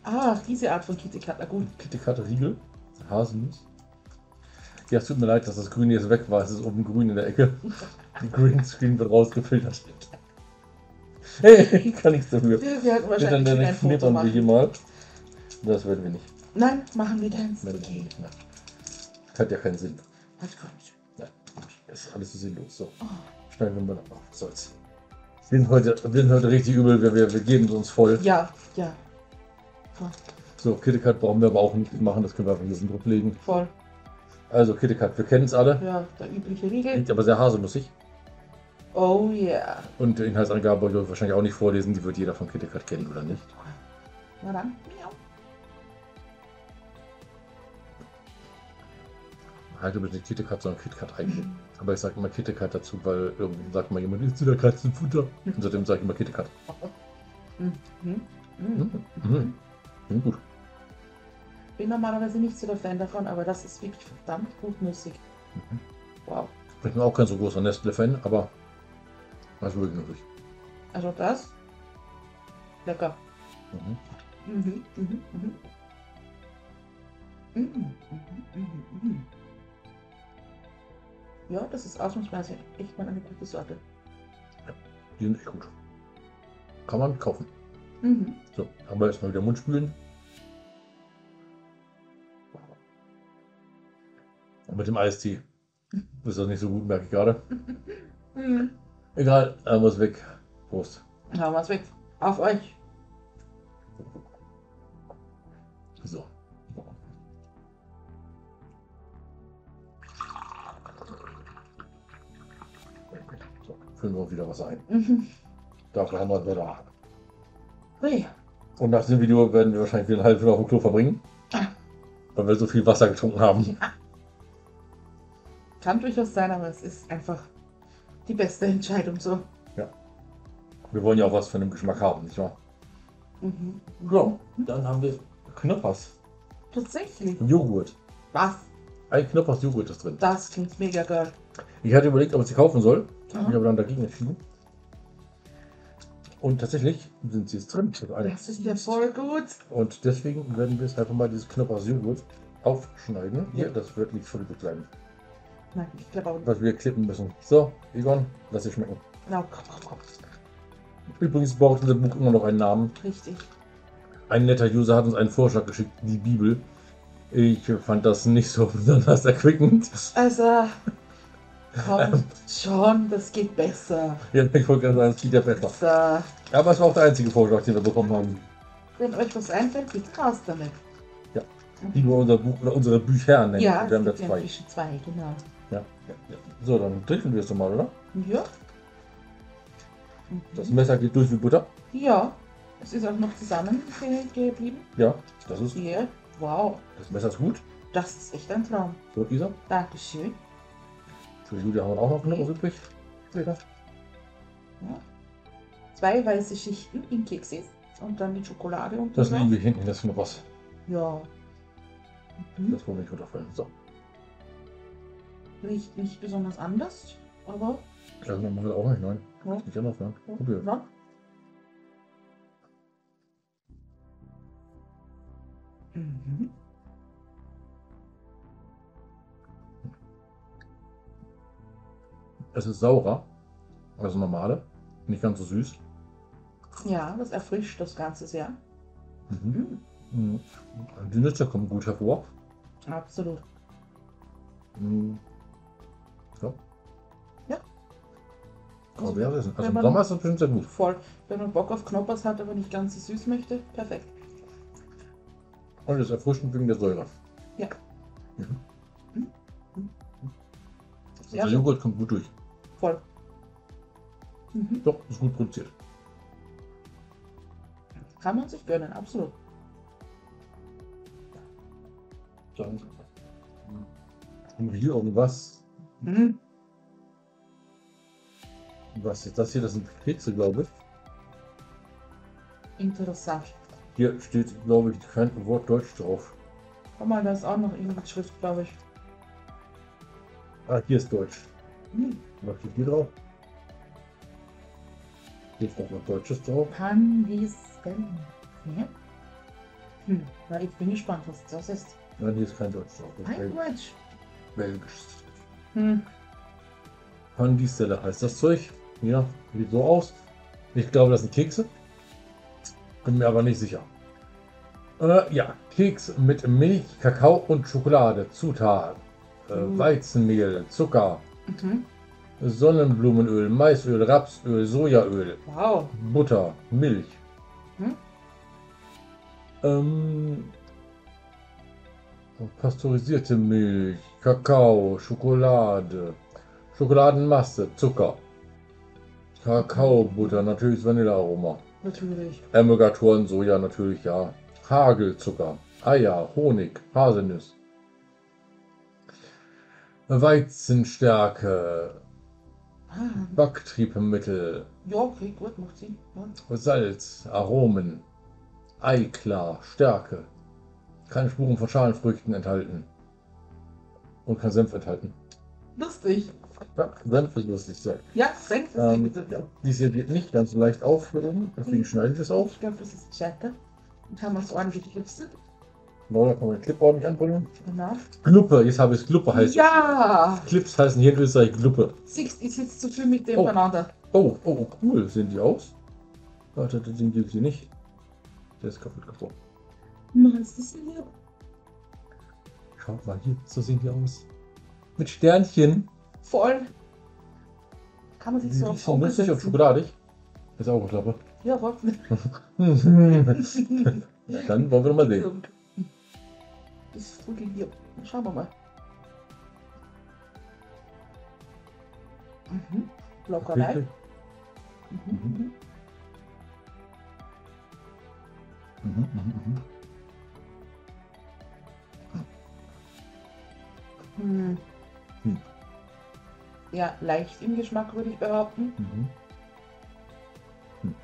Ah, diese Art von Kitty Kat. Na gut.
KitKat Riegel, Haselnuss. Ja, es tut mir leid, dass das Grüne jetzt weg war. Es ist oben grün in der Ecke. Die Green Screen wird rausgefiltert. Hey, ich kann nichts dafür.
Wir werden
Wir dann
wahrscheinlich wieder
dann
ein Foto
knittern wir hier
machen.
mal. Das werden wir nicht.
Nein, machen wir dann.
Werden wir
Okay.
nicht. Nein. Das hat ja keinen Sinn.
Was kommt?
Nein. Das ist alles so sinnlos. So.
Oh.
Schneiden wir mal ab. Was soll's. Wir sind heute, wir sind heute richtig übel. Wir, wir, wir geben uns voll.
Ja, ja,
So, KitKat brauchen wir aber auch nicht machen, das können wir einfach hier oben legen.
voll.
Also KitKat, wir kennen es alle,
Ja, der übliche Riegel.
liegt aber sehr haselnussig.
Oh yeah.
Und die Inhaltsangabe wollte ich euch wahrscheinlich auch nicht vorlesen, die wird jeder von KitKat kennen, oder nicht?
Na dann. Miau.
Halt bitte nicht KitKat, sondern KitKat eigentlich.
Mhm.
Aber ich sage immer KitKat dazu, weil irgendwie sagt mal jemand, ist wieder Katzenfutter. Und seitdem sage ich immer KitKat.
Mhm. Mhm.
Mhm. Mhm. Mhm, gut.
Bin normalerweise nicht so der Fan davon, aber das ist wirklich verdammt gut Musik.
Mhm.
Wow.
Ich bin auch kein so großer Nestle-Fan, aber was will ich noch nicht.
Also das. Lecker.
Mhm.
Mhm. Mhm. Mhm. Mhm. Mhm. Mhm. Mhm. Ja, das ist ausnahmsweise echt mal eine gute Sorte.
Die sind echt gut. Kann man kaufen.
Mhm.
So, aber erstmal wieder Mund spülen. Und mit dem Eistee. Ist das nicht so gut, merke ich gerade.
Mhm.
Egal, er muss weg. Prost.
Haben wir's weg. Auf euch.
So. so füllen wir wieder was ein.
Mhm.
Dafür haben wir es wieder.
Hui.
Und nach dem Video werden wir wahrscheinlich wieder eine halbe Stunde auf dem Klo verbringen. Weil wir so viel Wasser getrunken haben.
Kann durchaus sein, aber es ist einfach die beste Entscheidung so.
Wir wollen ja auch was von dem Geschmack haben, nicht wahr?
Mhm.
So, dann haben wir Knoppers.
Tatsächlich.
Mhm. Joghurt.
Was?
Ein Knoppers Joghurt ist drin.
Das klingt mega geil.
Ich hatte überlegt, ob ich sie kaufen soll,
Ja.
habe mich aber dann dagegen entschieden. Und tatsächlich sind sie jetzt drin. das eine.
Das ist ja voll gut.
Und deswegen werden wir jetzt einfach mal dieses Knoppers Joghurt aufschneiden. Hier, das wird nicht voll bleiben,
Nein, ich glaube auch nicht.
was wir klippen müssen. So, Egon, lass dir schmecken.
Na, komm, komm, komm.
Übrigens braucht unser Buch immer noch einen Namen.
Richtig.
Ein netter User hat uns einen Vorschlag geschickt, die Bibel. Ich fand das nicht so besonders erquickend.
Also, komm schon, das geht besser.
Ja, ich wollte gerade sagen, es geht ja besser.
So,
Aber es war auch der einzige Vorschlag, den wir bekommen haben.
wenn euch was einfällt, bitte raus damit.
Die nur unser Buch oder unsere Bücher nennen.
ja,
wir haben da
es gibt ja
zwei.
inzwischen zwei, genau.
Ja. So, dann trinken wir es doch mal, oder?
Ja. Mhm.
Das Messer geht durch wie Butter.
ja, es ist auch noch zusammengeblieben.
Ja, das ist.
Ja, wow,
Das Messer ist gut.
das ist echt ein Traum.
So, Isa.
Dankeschön.
Für Julia haben wir auch noch
Mhm.
was übrig. Später.
Zwei weiße Schichten in Kekse und dann die Schokolade und
Das liegen wir hinten, das ist noch was.
Ja. Mhm.
Das wollen wir nicht runterfallen. So,
Riecht nicht besonders anders, aber
das machen wir auch nicht. Nein,
ja.
nicht anders. Ne? Probier.
ja. Mhm.
Es ist saurer als das normale. Nicht ganz so süß.
ja, das erfrischt das Ganze sehr.
Mhm.
Mhm.
Mhm. Die Nüsse kommen gut hervor.
Absolut.
Mhm. Ja.
Ja.
Kann man währenddessen essen. Also
wenn
im
man-
Sommer ist das bestimmt sehr gut.
Voll. Wenn man Bock auf Knoppers hat, aber nicht ganz so süß möchte, perfekt.
Und es ist erfrischend wegen der Säure.
Ja.
Mhm.
Mhm. Mhm.
Also
Sehr
der
schön.
Joghurt kommt gut durch.
Voll. Mhm.
Doch, ist gut produziert.
Kann man sich gönnen, absolut.
Hm. Dann haben wir hier irgendwas
Hm.
Was ist das hier? Das sind Kekse, glaube ich.
Interessant.
Hier steht, glaube ich, kein Wort Deutsch drauf.
Guck mal, da ist auch noch irgendwie Schrift, glaube ich.
Ah, hier ist Deutsch.
Hm.
Was steht hier drauf? Hier steht noch Deutsches drauf.
Pangesken. Ja. Hm, na, ich bin gespannt, was das ist.
Nein, hier ist kein Deutsch drauf. Das ist
Mein
Bel
Quatsch.
Belgisch.
Hm.
Pandistelle heißt das Zeug. Ja, sieht so aus. Ich glaube, das sind Kekse. Bin mir aber nicht sicher. Äh, ja, Keks mit Milch, Kakao und Schokolade. Zutaten. Äh,
Mhm.
Weizenmehl, Zucker,
Mhm.
Sonnenblumenöl, Maisöl, Rapsöl, Sojaöl,
Wow.
Butter, Milch.
Mhm.
Ähm, pasteurisierte Milch, Kakao, Schokolade, Schokoladenmasse, Zucker, Kakaobutter, natürlich Vanillearoma,
Natürlich.
Emulgatoren, Soja natürlich, ja, Hagelzucker, Eier, Honig, Haselnüsse, Weizenstärke,
Ah.
Backtriebmittel,
Ja, okay, gut, macht sie. Ja.
Salz, Aromen, Eiklar, Stärke. Keine Spuren von Schalenfrüchten enthalten. Und kein Senf enthalten.
Lustig.
Ja, Senf ist lustig. Sehr.
Ja, Senf ist
Ähm,
die Gesundheit.
Dies hier geht nicht ganz so leicht auf, deswegen schneide ich das auf.
Ich glaube, das ist Chatter. Und haben uns ordentlich gekipselt.
No, da kann man den Clip ordentlich anbringen.
Genau.
Gluppe, jetzt habe ich es Gluppe heißt.
ja!
Clips heißen hier in Österreich Gluppe.
Sixt, ich sitze zu viel mit dem
Oh.
beieinander.
Oh, oh, cool, sehen die aus? Warte, den gibt es hier nicht. Der ist kaputt gebrochen.
Mann, ist das denn hier?
Schaut mal hier, so sehen die aus. Mit Sternchen.
Voll. Kann man sich so
Die
auf
ist nussig und schokoladig. Ist auch eine Klappe.
Ja, überhaupt nicht.
Mhm. ja, dann wollen wir noch mal sehen.
Das ist wirklich hier. Schauen wir mal. Mhm. Locker rein. Mhm. Mhm.
Mhm, mhm,
Hm.
Hm.
Ja, leicht im Geschmack würde ich behaupten.
mhm, mhm. Hm.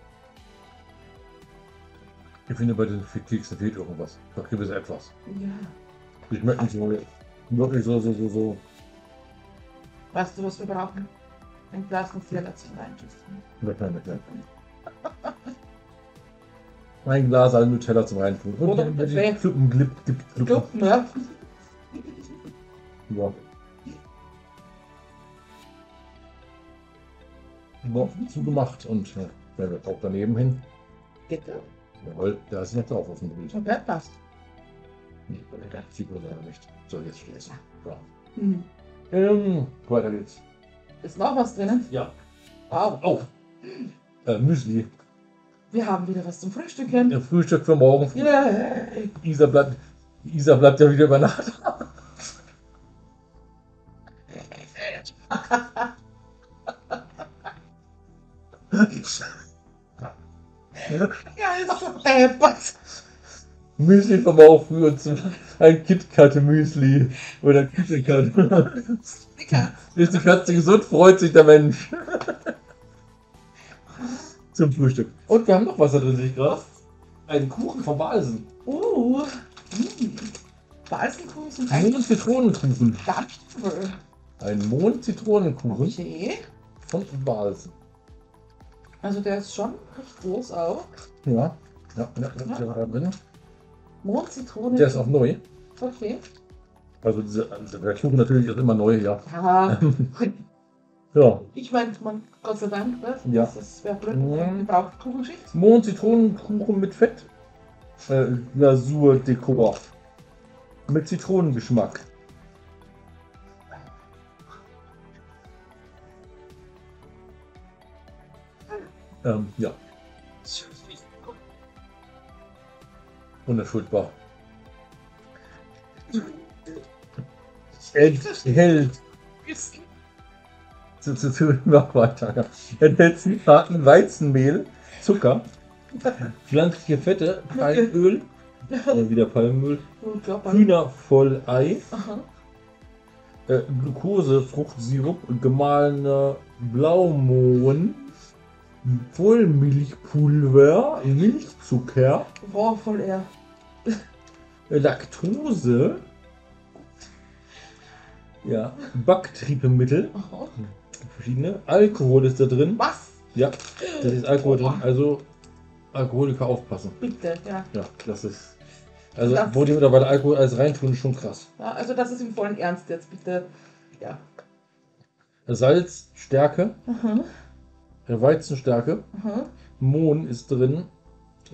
Ich finde, bei den Keksen fehlt irgendwas. Da gibt es etwas.
Ja.
Ich möchte nicht so, wirklich so, so, so, so.
Weißt du, was wir brauchen? Ein Glas mit Fehler zum Reinschützen.
Oder kleine, kleine. Ein Glas an Nutella zum Reintun. Und
Oder
dann
mit
den
Weh.
Kluppen, Glip, Glip, Glip.
Glaub mir.
Ja. Ja, zugemacht und äh, der wird auch daneben hin.
Bitte?
Jawohl, da ist noch drauf auf dem Bild.
Schon gehört was.
Nee, der Figur leider nicht. So, jetzt steht's. Ja.
Hm.
Ähm, weiter geht's.
Ist noch was drinnen?
Ja.
Wow.
Oh! Äh, Müsli.
Wir haben wieder was zum Frühstücken.
Äh, Frühstück für morgen.
Yay.
Isa bleibt, Isa bleibt ja wieder über Nacht.
Ja, ist so deppert.
Müsli vom auch früh und zum, ein KitKat Müsli. Oder KitKat.
Dicker.
Ist die Katze gesund, freut sich der Mensch. Zum Frühstück. Und wir haben noch was da drin, sehe ich gerade. Einen Kuchen vom Balsen.
Uh. Hm. Balsenkuchen.
Ein Mond-Zitronenkuchen.
Dampfel.
Ein Mond-Zitronenkuchen
Okay.
von Balsen.
Also der ist schon recht groß auch.
Ja. Ja, ja, ja, der war da drin.
Mondzitrone.
Der ist auch neu.
Okay.
Also diese, also der Kuchen natürlich ist immer neu, ja.
Ja.
Ja.
ich meine, man, Gott sei Dank, ne?
Ja.
Das ist wäre blöd.
Mhm.
Man braucht Kugelschicht.
Mond-Zitronenkuchen mit Fett. Äh, Glasur-Dekor. Mit Zitronengeschmack. Ähm, ja. Unerschuldbar. Enthält. Zu, zu, zu, mach weiter. ja. Enthält Zutaten Weizenmehl, Zucker, pflanzliche Fette, Palmöl, äh, wieder Palmöl,
Und Körper.
Hühnervollei,
Aha.
äh, Glucose, Fruchtsirup, gemahlene Blaumohn, Vollmilchpulver, Milchzucker,
Boah, voll eher.
äh, Laktose, ja, Backtriebemittel,
Aha.
verschiedene, Alkohol ist da drin.
Was?
Ja, das ist Alkohol
Boah.
drin. Also Alkoholiker aufpassen.
Bitte, ja.
Ja, das ist. Also,
Das-
wo die mittlerweile Alkohol alles reintun, ist schon krass.
ja. Also das ist im vollen Ernst jetzt, bitte. Ja.
Salz, Stärke,
Mhm.
äh, Weizenstärke,
Mhm.
Mohn ist drin,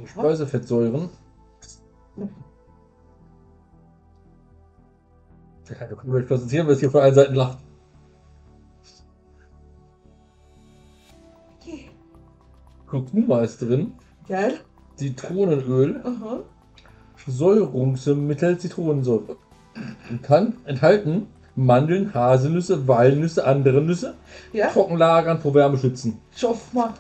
Speisefettsäuren. Da kann ich doch nicht präsentieren, weil es hier von allen Seiten lacht.
Okay.
Kurkuma ist drin,
Geil.
Zitronenöl,
Mhm.
Säurungsmittel, Zitronensäure. Und Kann enthalten Mandeln, Haselnüsse, Walnüsse, andere Nüsse,
Ja.
trocken lagern, vor Wärme schützen.
Schoff mal.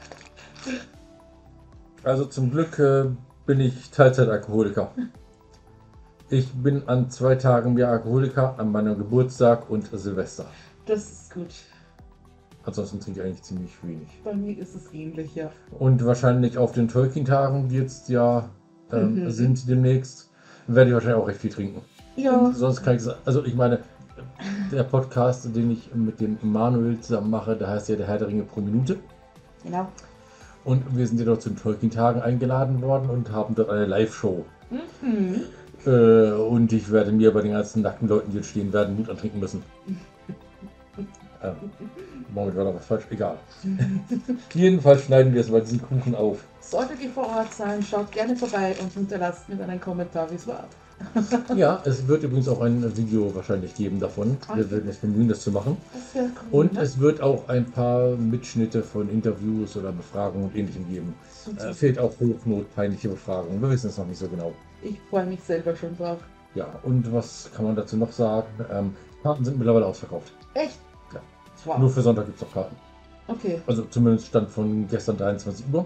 Also zum Glück äh, bin ich Teilzeitalkoholiker. Ich bin an zwei Tagen im Jahr Alkoholiker, an meinem Geburtstag und Silvester.
Das ist gut.
Ansonsten trinke ich eigentlich ziemlich wenig.
Bei mir ist es ähnlich, ja.
Und wahrscheinlich auf den Tolkien-Tagen, die jetzt ja ähm,
Mhm.
sind demnächst, werde ich wahrscheinlich auch recht viel trinken.
Ja.
Sonst kann ich sagen, also ich meine, der Podcast, den ich mit dem Manuel zusammen mache, der heißt ja der Herr der Ringe pro Minute.
Genau.
Und wir sind ja dort zu den Tolkien-Tagen eingeladen worden und haben dort eine Live-Show.
Mhm.
Äh, und ich werde mir bei den ganzen nackten Leuten, die jetzt stehen werden, Mut antrinken müssen. ähm, Moment war da was falsch, egal. Jedenfalls schneiden wir es mal diesen Kuchen auf.
Solltet ihr vor Ort sein, schaut gerne vorbei und hinterlasst mir dann einen Kommentar, wie es war.
Ja, es wird übrigens auch ein Video wahrscheinlich geben davon. Wir werden uns bemühen, das zu machen.
Das wäre cool.
Und
ne?
es wird auch ein paar Mitschnitte von Interviews oder Befragungen und ähnlichem geben.
Mhm.
Äh, fehlt auch Hochnot, peinliche Befragungen. Wir wissen es noch nicht so genau.
Ich freue mich selber schon drauf.
Ja, und was kann man dazu noch sagen? Ähm, Karten sind mittlerweile ausverkauft.
Echt?
Ja. Nur
Wow.
für Sonntag gibt es noch Karten.
Okay.
Also zumindest stand von gestern 23 Uhr.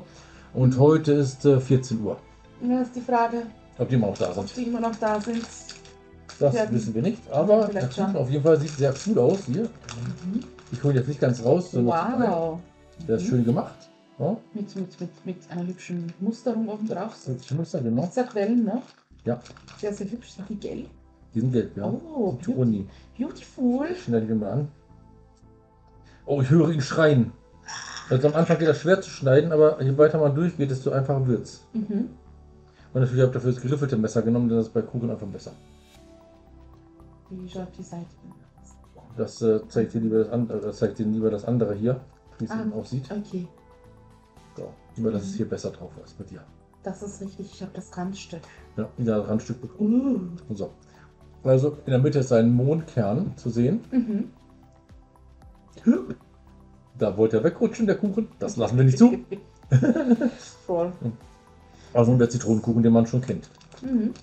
Und
Mhm.
heute ist äh, 14 Uhr.
Nun ist die Frage,
Ob die immer noch da
ob
sind.
die immer noch da sind.
Das
Ja,
wissen wir nicht. Aber der
vielleicht
Kuchen
schon.
auf jeden Fall sieht sehr cool aus hier. Ich hole jetzt nicht ganz raus. sondern-
Wow. Mhm.
Der ist schön gemacht. Ja,
Mit, mit, mit, mit einer hübschen Musterung oben drauf.
das ist schön ist er, genau.
Sehr Quellen, ne?
Ja.
Sehr, sehr hübsch. Sind die gelb?
Die sind gelb, ja.
Oh, beautiful.
Turoni.
beautiful.
Schneide ich ihn mal an. Oh, ich höre ihn schreien. Also am Anfang geht das schwer zu schneiden, aber je weiter man durchgeht, desto einfacher wird's.
Mhm.
Und natürlich habe ich dafür das geriffelte Messer genommen, denn das ist bei Kuchen einfach besser.
Wie schaut die Seite denn aus?
Das äh, zeigt dir lieber das andere, das zeigt dir lieber das andere hier, wie es
Ah.
eben aussieht.
Okay,
So, aber das ist hier besser drauf als bei dir.
das ist richtig. Ich habe das Randstück.
Ja, wieder ein Randstück bekommen.
Uh.
So. Also in der Mitte ist ein Mondkern zu sehen.
Mhm.
Da wollte er wegrutschen, der Kuchen. Das lassen wir nicht zu.
Voll.
Also der Zitronenkuchen, den man schon kennt.
Mhm.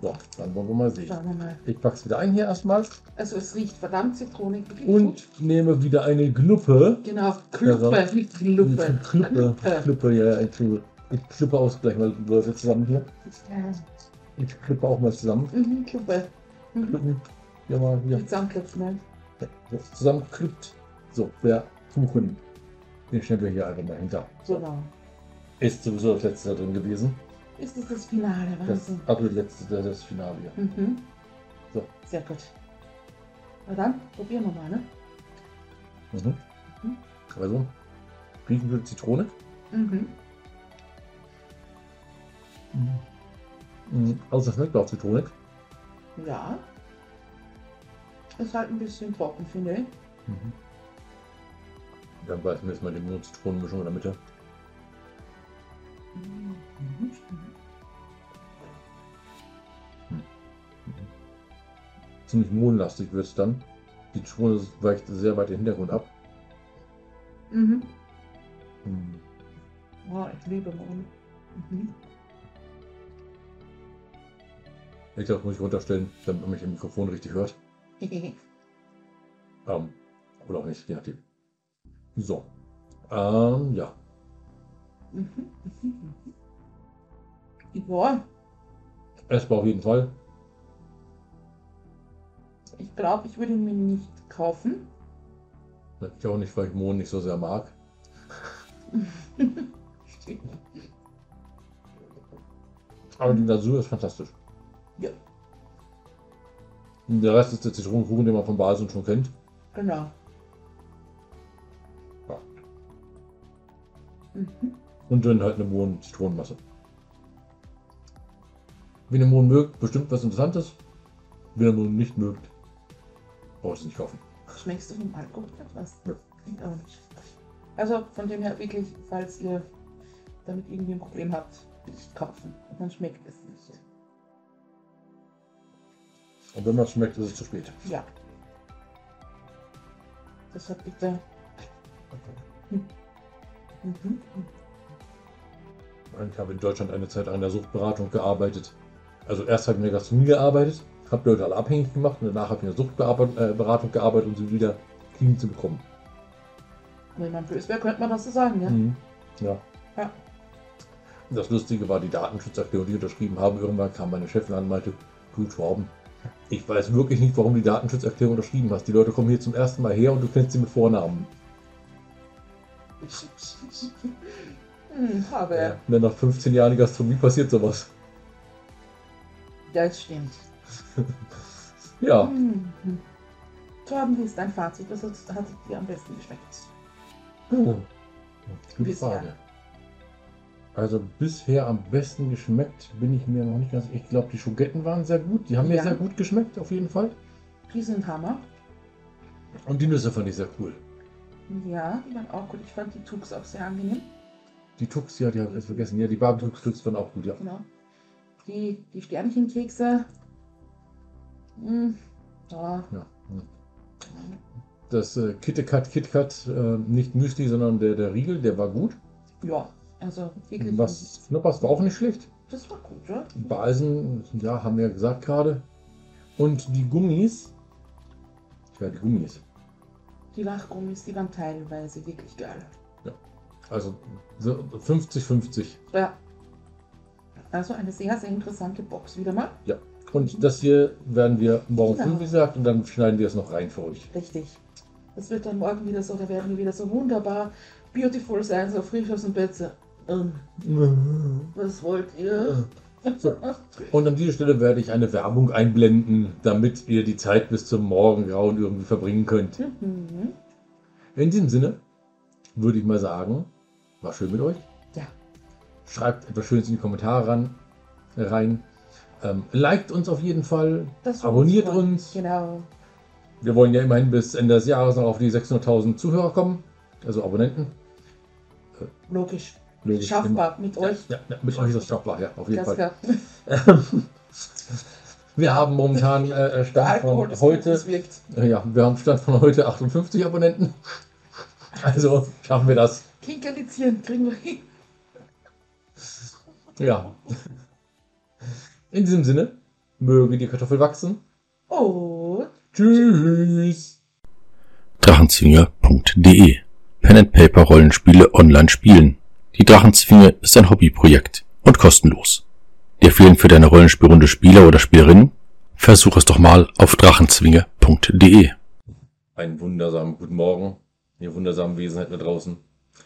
So, dann wollen wir mal sehen.
Schauen wir mal.
Ich pack's wieder ein hier erstmal
Also es riecht verdammt zitronig. wirklich gut.
und nehme wieder eine Gnuppe.
Genau, Kluppe, nicht Kluppe.
Kluppe. Kluppe, ja, ja, Entschuldigung. Ich kluppe ausgleichen, weil wir sind zusammen hier.
Ja.
Ich kluppe auch mal zusammen.
Mhm, Kluppe. Mhm.
Kluppen. Ja, mal hier.
Mit Zahnklopfen, ne?
So, zusammengeklippt. So, der Kuchen. Den stellen wir hier einfach mal hinter.
Genau.
Ist sowieso das letzte da drin gewesen.
Ist das das Finale?
Das
Wahnsinn.
absolut letzte, das, das Finale hier.
Mhm.
So.
Sehr gut. Na dann, probieren wir mal, ne?
Mhm.
Mhm.
Also, riechen wir Zitrone.
Mhm.
Mhm. Also, das schmeckt auch Zitrone.
Ja. Ist halt ein bisschen trocken, finde ich.
Mhm. Dann beißen wir jetzt mal die Zitronenmischung in der Mitte.
Mhm.
Ziemlich mohnlastig wird es dann. Die Zitrone weicht sehr weit den Hintergrund ab.
Mhm.
Mhm.
Oh, ich liebe Mohn. Mhm.
Ich glaube, muss ich runterstellen, damit man mich im Mikrofon richtig hört.
Mhm.
Ähm, oder auch nicht, je nachdem. So. Ähm, ja.
Mhm. Ja,
Essbar auf jeden Fall.
Ich glaube, ich würde ihn mir nicht kaufen.
Ich auch nicht, weil ich Mohn nicht so sehr mag. Aber die Glasur ist fantastisch.
Ja.
Und der Rest ist der Zitronenkuchen, den man von Basel schon kennt.
Genau.
Ja.
Mhm.
Und dann halt eine Mohn-Zitronenmasse. Wenn ihr Mohn mögt, bestimmt was Interessantes. Wenn ihr Mohn nicht mögt, braucht ihr es nicht kaufen.
Schmeckst du vom Alkohol etwas?
Nö.
Ich auch nicht. Also von dem her wirklich, falls ihr damit irgendwie ein Problem habt, nicht kaufen. Dann schmeckt es nicht.
Und wenn man es schmeckt, ist es zu spät.
Ja. Deshalb bitte. Mhm.
Ich habe in Deutschland eine Zeit an der Suchtberatung gearbeitet. Also erst habe ich in der Gastronomie gearbeitet, habe Leute alle abhängig gemacht und danach habe ich in der Suchtberatung äh, Beratung gearbeitet, um sie wieder clean zu bekommen.
Wenn man böse wäre, könnte man das so sagen, ja?
Mhm. Ja.
Ja.
Das Lustige war, die Datenschutzerklärung, die ich unterschrieben habe, irgendwann kam meine Chefin an und meinte, du Torben, ich weiß wirklich nicht, warum du die Datenschutzerklärung unterschrieben hast. Die Leute kommen hier zum ersten Mal her und du kennst sie mit Vornamen.
Hm, aber ja.
Und dann nach 15 Jahren in der Gastronomie passiert sowas.
das stimmt.
Ja,
Mhm. Torben, wie ist dein Fazit? Was hat hat dir am besten geschmeckt?
Hm. Gute
Bisher.
Frage. Also bisher am besten geschmeckt bin ich mir noch nicht ganz. Ich glaube, die Schogetten waren sehr gut. Die haben mir
Ja.
sehr gut geschmeckt, auf jeden Fall.
Riesenhammer.
Und die Nüsse fand ich sehr cool.
Ja, die waren auch gut. Ich fand die Tubes auch sehr angenehm.
Die Tux, ja, die habe ich jetzt vergessen. Ja, die Barbecue-Tux waren auch gut, ja.
Genau. Die, die Sternchenkekse. Hm, ja,
ja. hm. Das äh, KitKat, KitKat, äh, nicht Müsli, sondern der, der Riegel, der war gut.
ja, also wirklich.
Was Knoppers war auch nicht schlecht.
Das war gut, ja?
Balsen, ja, haben wir ja gesagt gerade. Und die Gummis. Ja, die Gummis.
Die Lachgummis, die waren teilweise wirklich geil.
Also so 50-50.
Ja. Also eine sehr, sehr interessante Box wieder mal.
Und das hier werden wir morgen
Genau.
früh gesagt und dann schneiden wir es noch rein für euch.
Richtig. Es wird dann morgen wieder so, da werden wir wieder so wunderbar beautiful sein, so frisch aus dem Bett. so, Ähm, was wollt ihr?
So. Und an dieser Stelle werde ich eine Werbung einblenden, damit ihr die Zeit bis zum Morgengrauen irgendwie verbringen könnt.
Mhm.
In diesem Sinne würde ich mal sagen, war schön mit euch.
Ja.
Schreibt etwas Schönes in die Kommentare ran, rein. Ähm, liked uns auf jeden Fall.
Das
Abonniert
war's.
uns.
Genau.
Wir wollen ja immerhin bis Ende des Jahres noch auf die 600.000 Zuhörer kommen, also Abonnenten.
Logisch.
Logisch.
Schaffbar mit euch.
Ja, ja, mit euch ist das schaffbar, ja, auf jeden
Ganz
Fall.
klar.
Wir haben momentan äh, Stand
Alkohol
von
des
heute, äh,
Gutes wirkt.
ja, wir haben Stand von heute 58 Abonnenten. Also schaffen wir das.
Kinkerlizieren kriegen wir hin.
Ja. In diesem Sinne, möge die Kartoffel wachsen.
Und
Tschüss.
drachenzwinger.de Pen and Paper Rollenspiele online spielen. Die Drachenzwinge ist ein Hobbyprojekt und kostenlos. Dir fehlen für deine Rollenspielrunde Spieler oder Spielerinnen? Versuch es doch mal auf drachenzwinge.de.
Einen wundersamen guten Morgen, ihr wundersamen Wesenheit da draußen.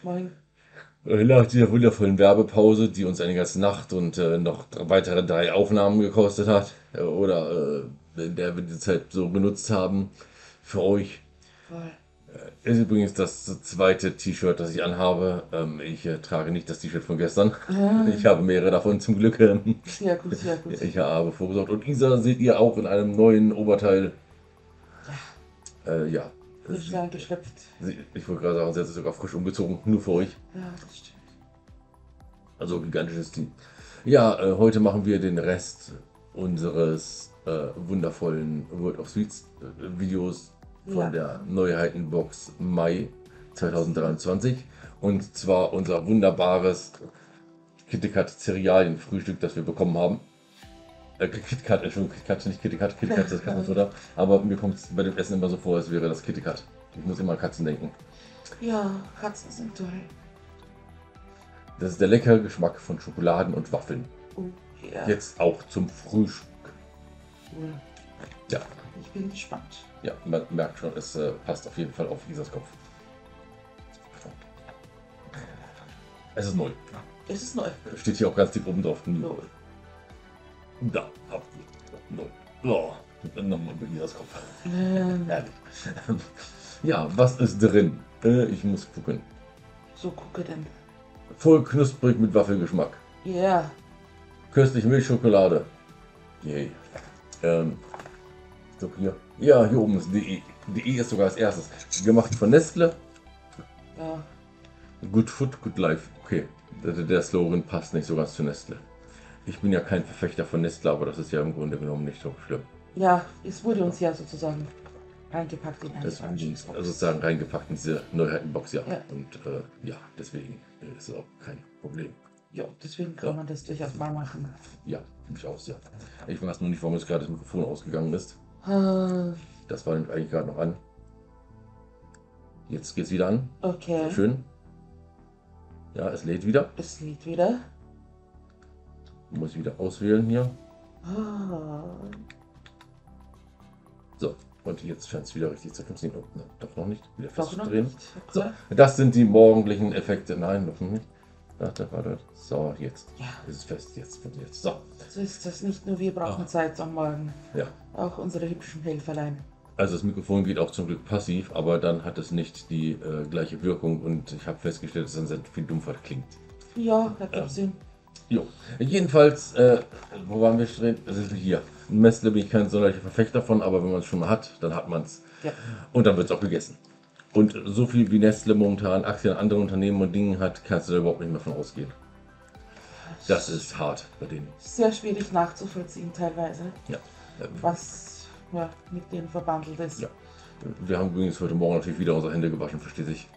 moin.
Äh, Nach dieser wundervollen Werbepause, die uns eine ganze Nacht und äh, noch dr- weitere drei Aufnahmen gekostet hat, äh, oder äh, in der wir die Zeit so genutzt haben für euch,
Voll.
ist übrigens das zweite T-Shirt, das ich anhabe. Ähm, ich äh, trage nicht das T-Shirt von gestern.
Ah,
Ich habe mehrere davon zum Glück.
sehr gut, sehr gut.
Ich habe vorgesorgt. Und Isa seht ihr auch in einem neuen Oberteil. Äh, ja.
Frisch
Sie,
war geschöpft.
sie, ich wollte gerade sagen, sie hat sich sogar frisch umgezogen, nur für euch.
Ja, das stimmt.
Also gigantisches Team. Ja, äh, heute machen wir den Rest unseres äh, wundervollen World of Sweets äh, Videos von
Ja.
der Neuheitenbox Mai 2023. Und zwar unser wunderbares KitKat Cerealienfrühstück, das wir bekommen haben. Äh, KitKat, Entschuldigung, KitKat, nicht KitKat, KitKat ist Katzenfutter. Aber mir kommt es bei dem Essen immer so vor, als wäre das KitKat. Ich muss immer an Katzen denken.
Ja, Katzen sind toll.
Das ist der leckere Geschmack von Schokoladen und Waffeln.
Und ja.
Jetzt auch zum Frühstück.
cool.
Ja,
Ich bin gespannt.
Ja, man merkt schon, es äh, passt auf jeden Fall auf Isas Kopf. Es ist neu.
Es ist neu.
Steht hier auch ganz dick oben drauf.
So.
Da, habt ihr. Neu. Oh, dann nochmal über Isas Kopf.
Ähm,
Herrlich. Ja, was ist drin? Äh, ich muss gucken.
so gucke denn.
Voll knusprig mit Waffelgeschmack.
Ja, yeah.
Köstliche Milchschokolade. Yay. Ähm, ich glaub hier. Ja, hier oben ist DE. DE ist sogar als erstes. Gemacht von Nestle.
ja.
Good Food, Good Life. Okay, der, der Slogan passt nicht so ganz zu Nestle. Ich bin ja kein Verfechter von Nestle, aber das ist ja im Grunde genommen nicht so schlimm.
Ja, es wurde uns ja sozusagen reingepackt in eine
Das
Box.
ist Also sozusagen reingepackt in diese Neuheitenbox, ja.
Ja.
Und äh, ja, deswegen ist es auch kein Problem.
Ja, deswegen kann
Ja.
man das durchaus mal machen.
Ja, durchaus, ja. Ich weiß nur nicht, warum jetzt gerade das Mikrofon ausgegangen ist.
Äh,
Das war nämlich eigentlich gerade noch an. Jetzt geht's wieder an. Sehr
Okay,
schön. Ja, es lädt wieder.
es lädt wieder.
Muss ich wieder auswählen hier.
Ah,
So, und jetzt scheint es wieder richtig zu funktionieren. Oh, ne, doch noch nicht. Wieder
doch noch
festzudrehen.
nicht.
So,
Okay.
das sind die morgendlichen Effekte. Nein, noch nicht. Warte, warte. So, jetzt
Ja,
ist es fest. Jetzt funktioniert es. So,
so ist das nicht nur. Wir brauchen
Ah.
Zeit am Morgen.
ja.
Auch unsere hübschen Helferlein.
Also das Mikrofon geht auch zum Glück passiv, aber dann hat es nicht die äh, gleiche Wirkung und ich habe festgestellt, dass es dann sehr viel dumpfer klingt.
Ja, hat doch
Ähm.
Sinn.
Jo. Jedenfalls, äh, wo waren wir stehen? Das ist hier. Messle bin ich kein sonderlicher Verfechter von, aber wenn man es schon mal hat, dann hat man es.
Ja.
Und dann wird es auch gegessen. Und so viel wie Nestle momentan Aktien an anderen Unternehmen und Dingen hat, kannst du da überhaupt nicht mehr von ausgehen. Das ist hart bei denen.
Sehr schwierig nachzuvollziehen teilweise,
Ja. Äh,
was ja, mit denen verbandelt ist.
Ja. Wir haben übrigens heute Morgen natürlich wieder unsere Hände gewaschen, versteht sich.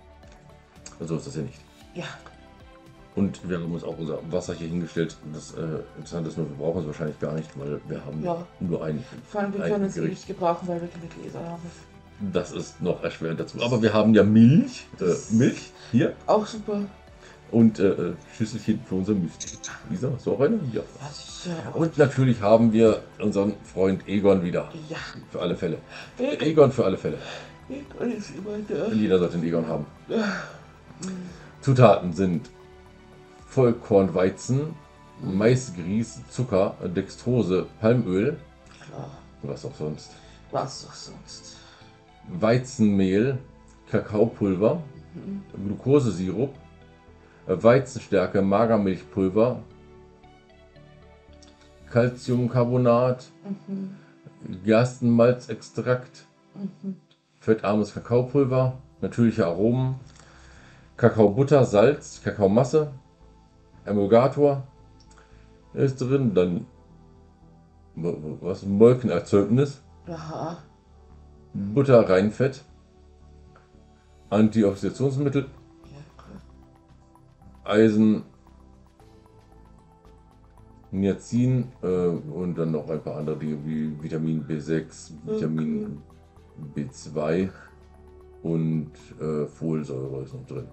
So ist das ja nicht.
ja.
Und wir haben uns auch unser Wasser hier hingestellt. Das äh, Interessante ist nur, wir brauchen es wahrscheinlich gar nicht, weil wir haben
Ja.
nur einen.
Vor allem, wir
Ein
können es eh
Gericht.
nicht gebrauchen, weil wir keine Gläser haben.
Das ist noch erschwerend dazu. Aber wir haben ja Milch. Äh, Milch hier.
Auch super.
Und äh, Schüsselchen für unser Müsli. Lisa, hast du auch eine? Ja.
Was? Ja.
Und natürlich haben wir unseren Freund Egon wieder.
ja.
Für alle Fälle.
Ich,
Egon für alle Fälle.
ist immer da.
Jeder sollte einen Egon haben. Zutaten sind Vollkornweizen, Maisgrieß, Zucker, Dextrose, Palmöl,
Klar.
was auch sonst.
Was doch sonst.
Weizenmehl, Kakaopulver,
Mhm.
Glukosesirup, äh, Weizenstärke, Magermilchpulver, Calciumcarbonat,
Mhm.
Gerstenmalzextrakt,
Mhm.
fettarmes Kakaopulver, natürliche Aromen, Kakaobutter, Salz, Kakaomasse, Emulgator ist drin, dann w- w- was Molkenerzeugnis,
Aha.
Butter, Reinfett, Antioxidationsmittel,
Ja, klar.
Eisen, Niacin äh, und dann noch ein paar andere Dinge wie Vitamin B6, Vitamin B2 und äh, Folsäure ist noch drin.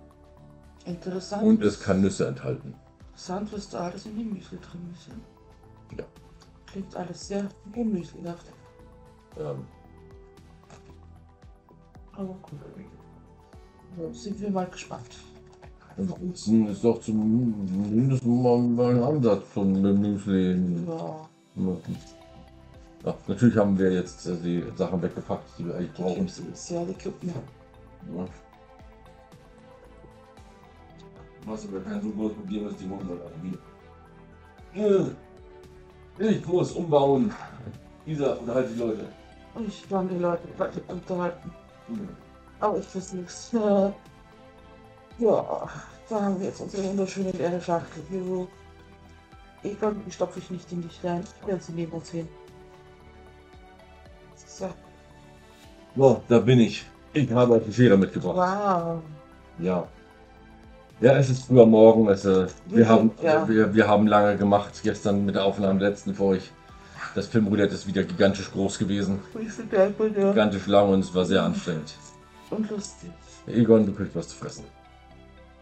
Interessant.
Und es kann Nüsse enthalten.
Interessant, was da alles in dem Müsli drin ist. ja.
Ja.
Klingt alles sehr ne? gemüslichhaft.
Ähm,
Aber gut. So, sind wir mal gespannt.
ansonsten ist doch zumindest mal mal ein Ansatz von dem Müsli.
Ja,
Ja, natürlich haben wir jetzt äh, die Sachen weggepackt, die wir eigentlich
die
brauchen.
Kips ist ja die Kippen.
Ja. Was aber kein so großes Problem ist, die holen wir dann wieder. Äh, Ich muss umbauen. Isa, unterhalte die Leute.
Ich kann die Leute weiter unterhalten.
Mhm.
Aber ich weiß nichts. Ja, da haben wir jetzt unsere wunderschöne leere Schachtel. Hier, ich glaube, die stopfe ich nicht in dich rein. Ich werde sie neben uns hin. So.
So, da bin ich. Ich habe die Schere mitgebracht.
Wow.
Ja. Ja, es ist früher Morgen. Es, äh, wir,
Ja.
haben, wir, wir haben lange gemacht. Gestern mit der Aufnahme der letzten für euch. Das Filmroulette ist wieder gigantisch groß gewesen.
Wie viel Geld bei dir?
Gigantisch lang und es war sehr anstrengend.
Und lustig.
Egon, du kriegst was zu fressen.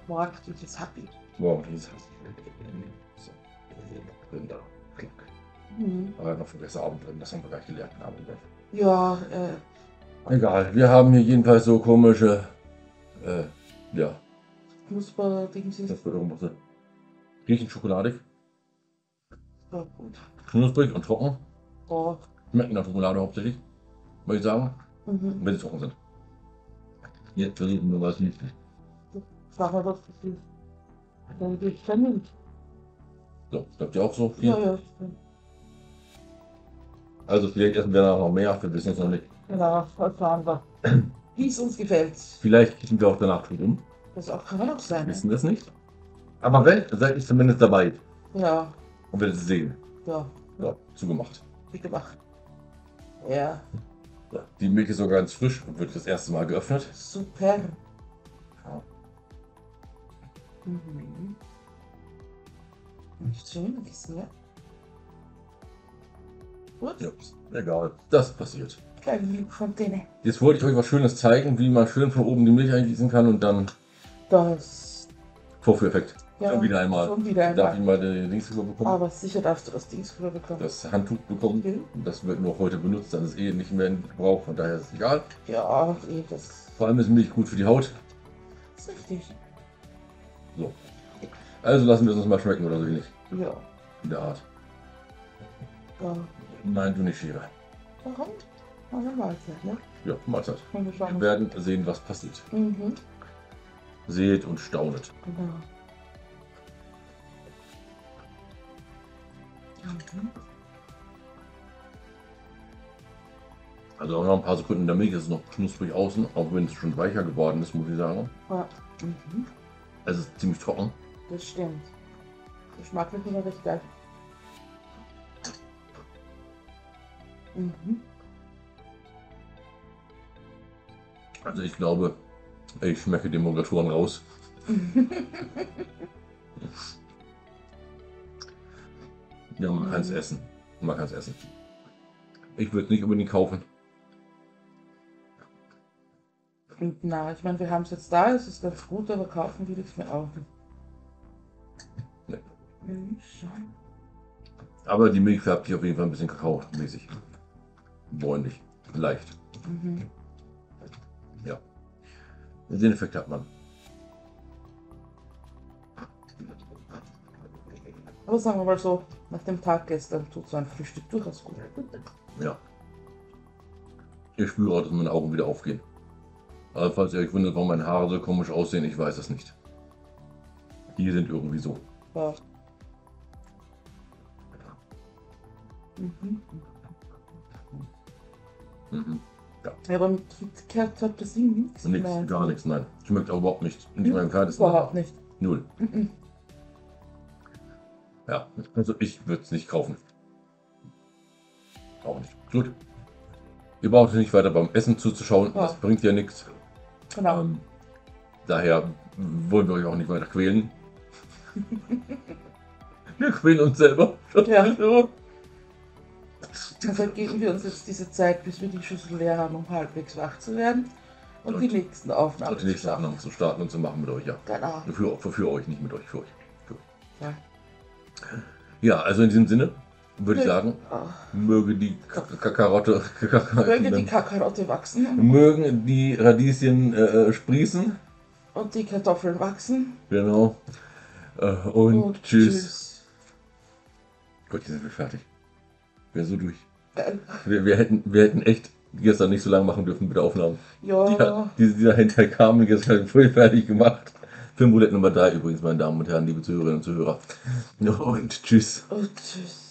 Mark, du bist happy.
Morgen hieß es. So. Rinder. Klick.
Mhm.
Aber noch viel besser Abendrind, das haben wir gleich gelernt. Abendrind.
Ja, äh,
Egal, wir haben hier jedenfalls so komische. Äh, ja,
Knusper, Dings ist
das wird irgendwas. Riechen schokoladig,
ja, gut.
knusprig und trocken.
Oh.
Schmecken nach Schokolade hauptsächlich, würde ich sagen,
Mhm.
wenn sie trocken sind. Jetzt versuchen wir was nicht.
Sag mal, was das ist. Dann gehe ich dann nicht.
So, bleibt ihr auch so viel.
Ja, ja.
Also vielleicht essen wir danach noch mehr, wir wissen es noch nicht.
Genau, was fahren wir. Wie es uns gefällt.
Vielleicht kippen wir auch danach tot um,
Das auch, kann man auch sein. ne?
wissen wir es nicht. Aber wenn, seid ihr zumindest dabei
Ja,
und werdet es sehen.
ja,
Ja, zugemacht.
wie gemacht. Ja,
Ja. Die Milch ist sogar ganz frisch und wird das erste Mal geöffnet.
super.
Ja.
Mhm. Nicht schön, wissen wir. Gut,
Ja, egal, das passiert.
kleine Milchfontäne.
Jetzt wollte ich euch was Schönes zeigen, wie man schön von oben die Milch eingießen kann und dann
Das.
Vorführeffekt.
Ja,
Schon wieder einmal.
Schon wieder
Darf
einmal.
ich mal die Dings drüber bekommen?
Aber sicher darfst du das Ding früher bekommen.
Das Handtuch bekommen.
Okay.
Das wird nur heute benutzt, dann ist eh nicht mehr in Gebrauch, von daher ist es egal.
Ja, eh, das
Vor allem ist Milch gut für die Haut.
ist richtig.
So. Also lassen wir es uns mal schmecken oder so ähnlich.
Ja,
In der Art.
ja.
Nein, du nicht Schere.
Warum? Eine Mahlzeit, ne?
Ja, Mahlzeit.
Mal
Wir
gespannt.
werden sehen, was passiert.
Mhm.
Seht und staunet.
Genau. Mhm.
Also auch noch ein paar Sekunden in der Milch ist es noch knusprig außen, auch wenn es schon weicher geworden ist, muss ich sagen.
Ja. Mhm.
Es ist ziemlich trocken.
Das stimmt. Geschmacklich immer recht geil. Mhm.
Also ich glaube, ich schmecke die Moderatoren raus. ja, man kann es essen. Man kann es essen. Ich würde es nicht unbedingt kaufen.
Und na, ich meine, wir haben es jetzt da, es ist ganz gut, aber kaufen will ich es mir auch nicht.
Nee.
Mhm, schon.
Aber die Milch färbt hier auf jeden Fall ein bisschen kakaomäßig. Bräunlich. Leicht.
Mhm.
Den Effekt hat man.
Aber sagen wir mal so, nach dem Tag gestern tut so ein Frühstück durchaus gut.
Ja. Ich spüre auch, dass meine Augen wieder aufgehen. Aber falls ihr euch wundert, warum meine Haare so komisch aussehen, ich weiß es nicht. Die sind irgendwie so.
Ja. Mhm.
Mhm.
Ja, aber mit KitKat hat das irgendwie nichts.
Nix,
gemeint.
gar nichts, nein. Schmeckt auch überhaupt nicht. Nicht mal im Kleidesten.
Überhaupt nicht.
Null.
Mhm.
Ja, also ich würde es nicht kaufen. Auch nicht. Gut. Ihr braucht nicht weiter beim Essen zuzuschauen.
Ja.
Das bringt ja nichts.
Genau.
Ähm, daher wollen wir euch auch nicht weiter quälen. wir quälen uns selber.
Ja. Deshalb geben wir uns jetzt diese Zeit, bis wir die Schüssel leer haben, um halbwegs wach zu werden und
Und-
die nächsten Aufnahmen
Die nächste
zu machen.
Annahme um zu starten und zu machen mit euch, ja.
Genau.
Für, für, für euch, nicht mit euch, für euch. Für euch.
Ja.
Ja, also in diesem Sinne würde ich
Nö.
sagen,
Ah.
Möge die K K Karotte. K
Möge die Kakarotte wachsen
Mögen die Radieschen äh, äh, sprießen.
und die Kartoffeln wachsen.
Genau. Äh, und tschüss. Gott, hier sind wir fertig. Wir sind so durch.
Äh,
Wir, wir, hätten, wir hätten echt gestern nicht so lange machen dürfen mit der Aufnahme. Die,
ja.
hat- die, die dahinter kamen, gestern halt voll fertig gemacht. Filmroulette Nummer 3 übrigens, meine Damen und Herren, liebe Zuhörerinnen und Zuhörer. Und tschüss.
Und tschüss.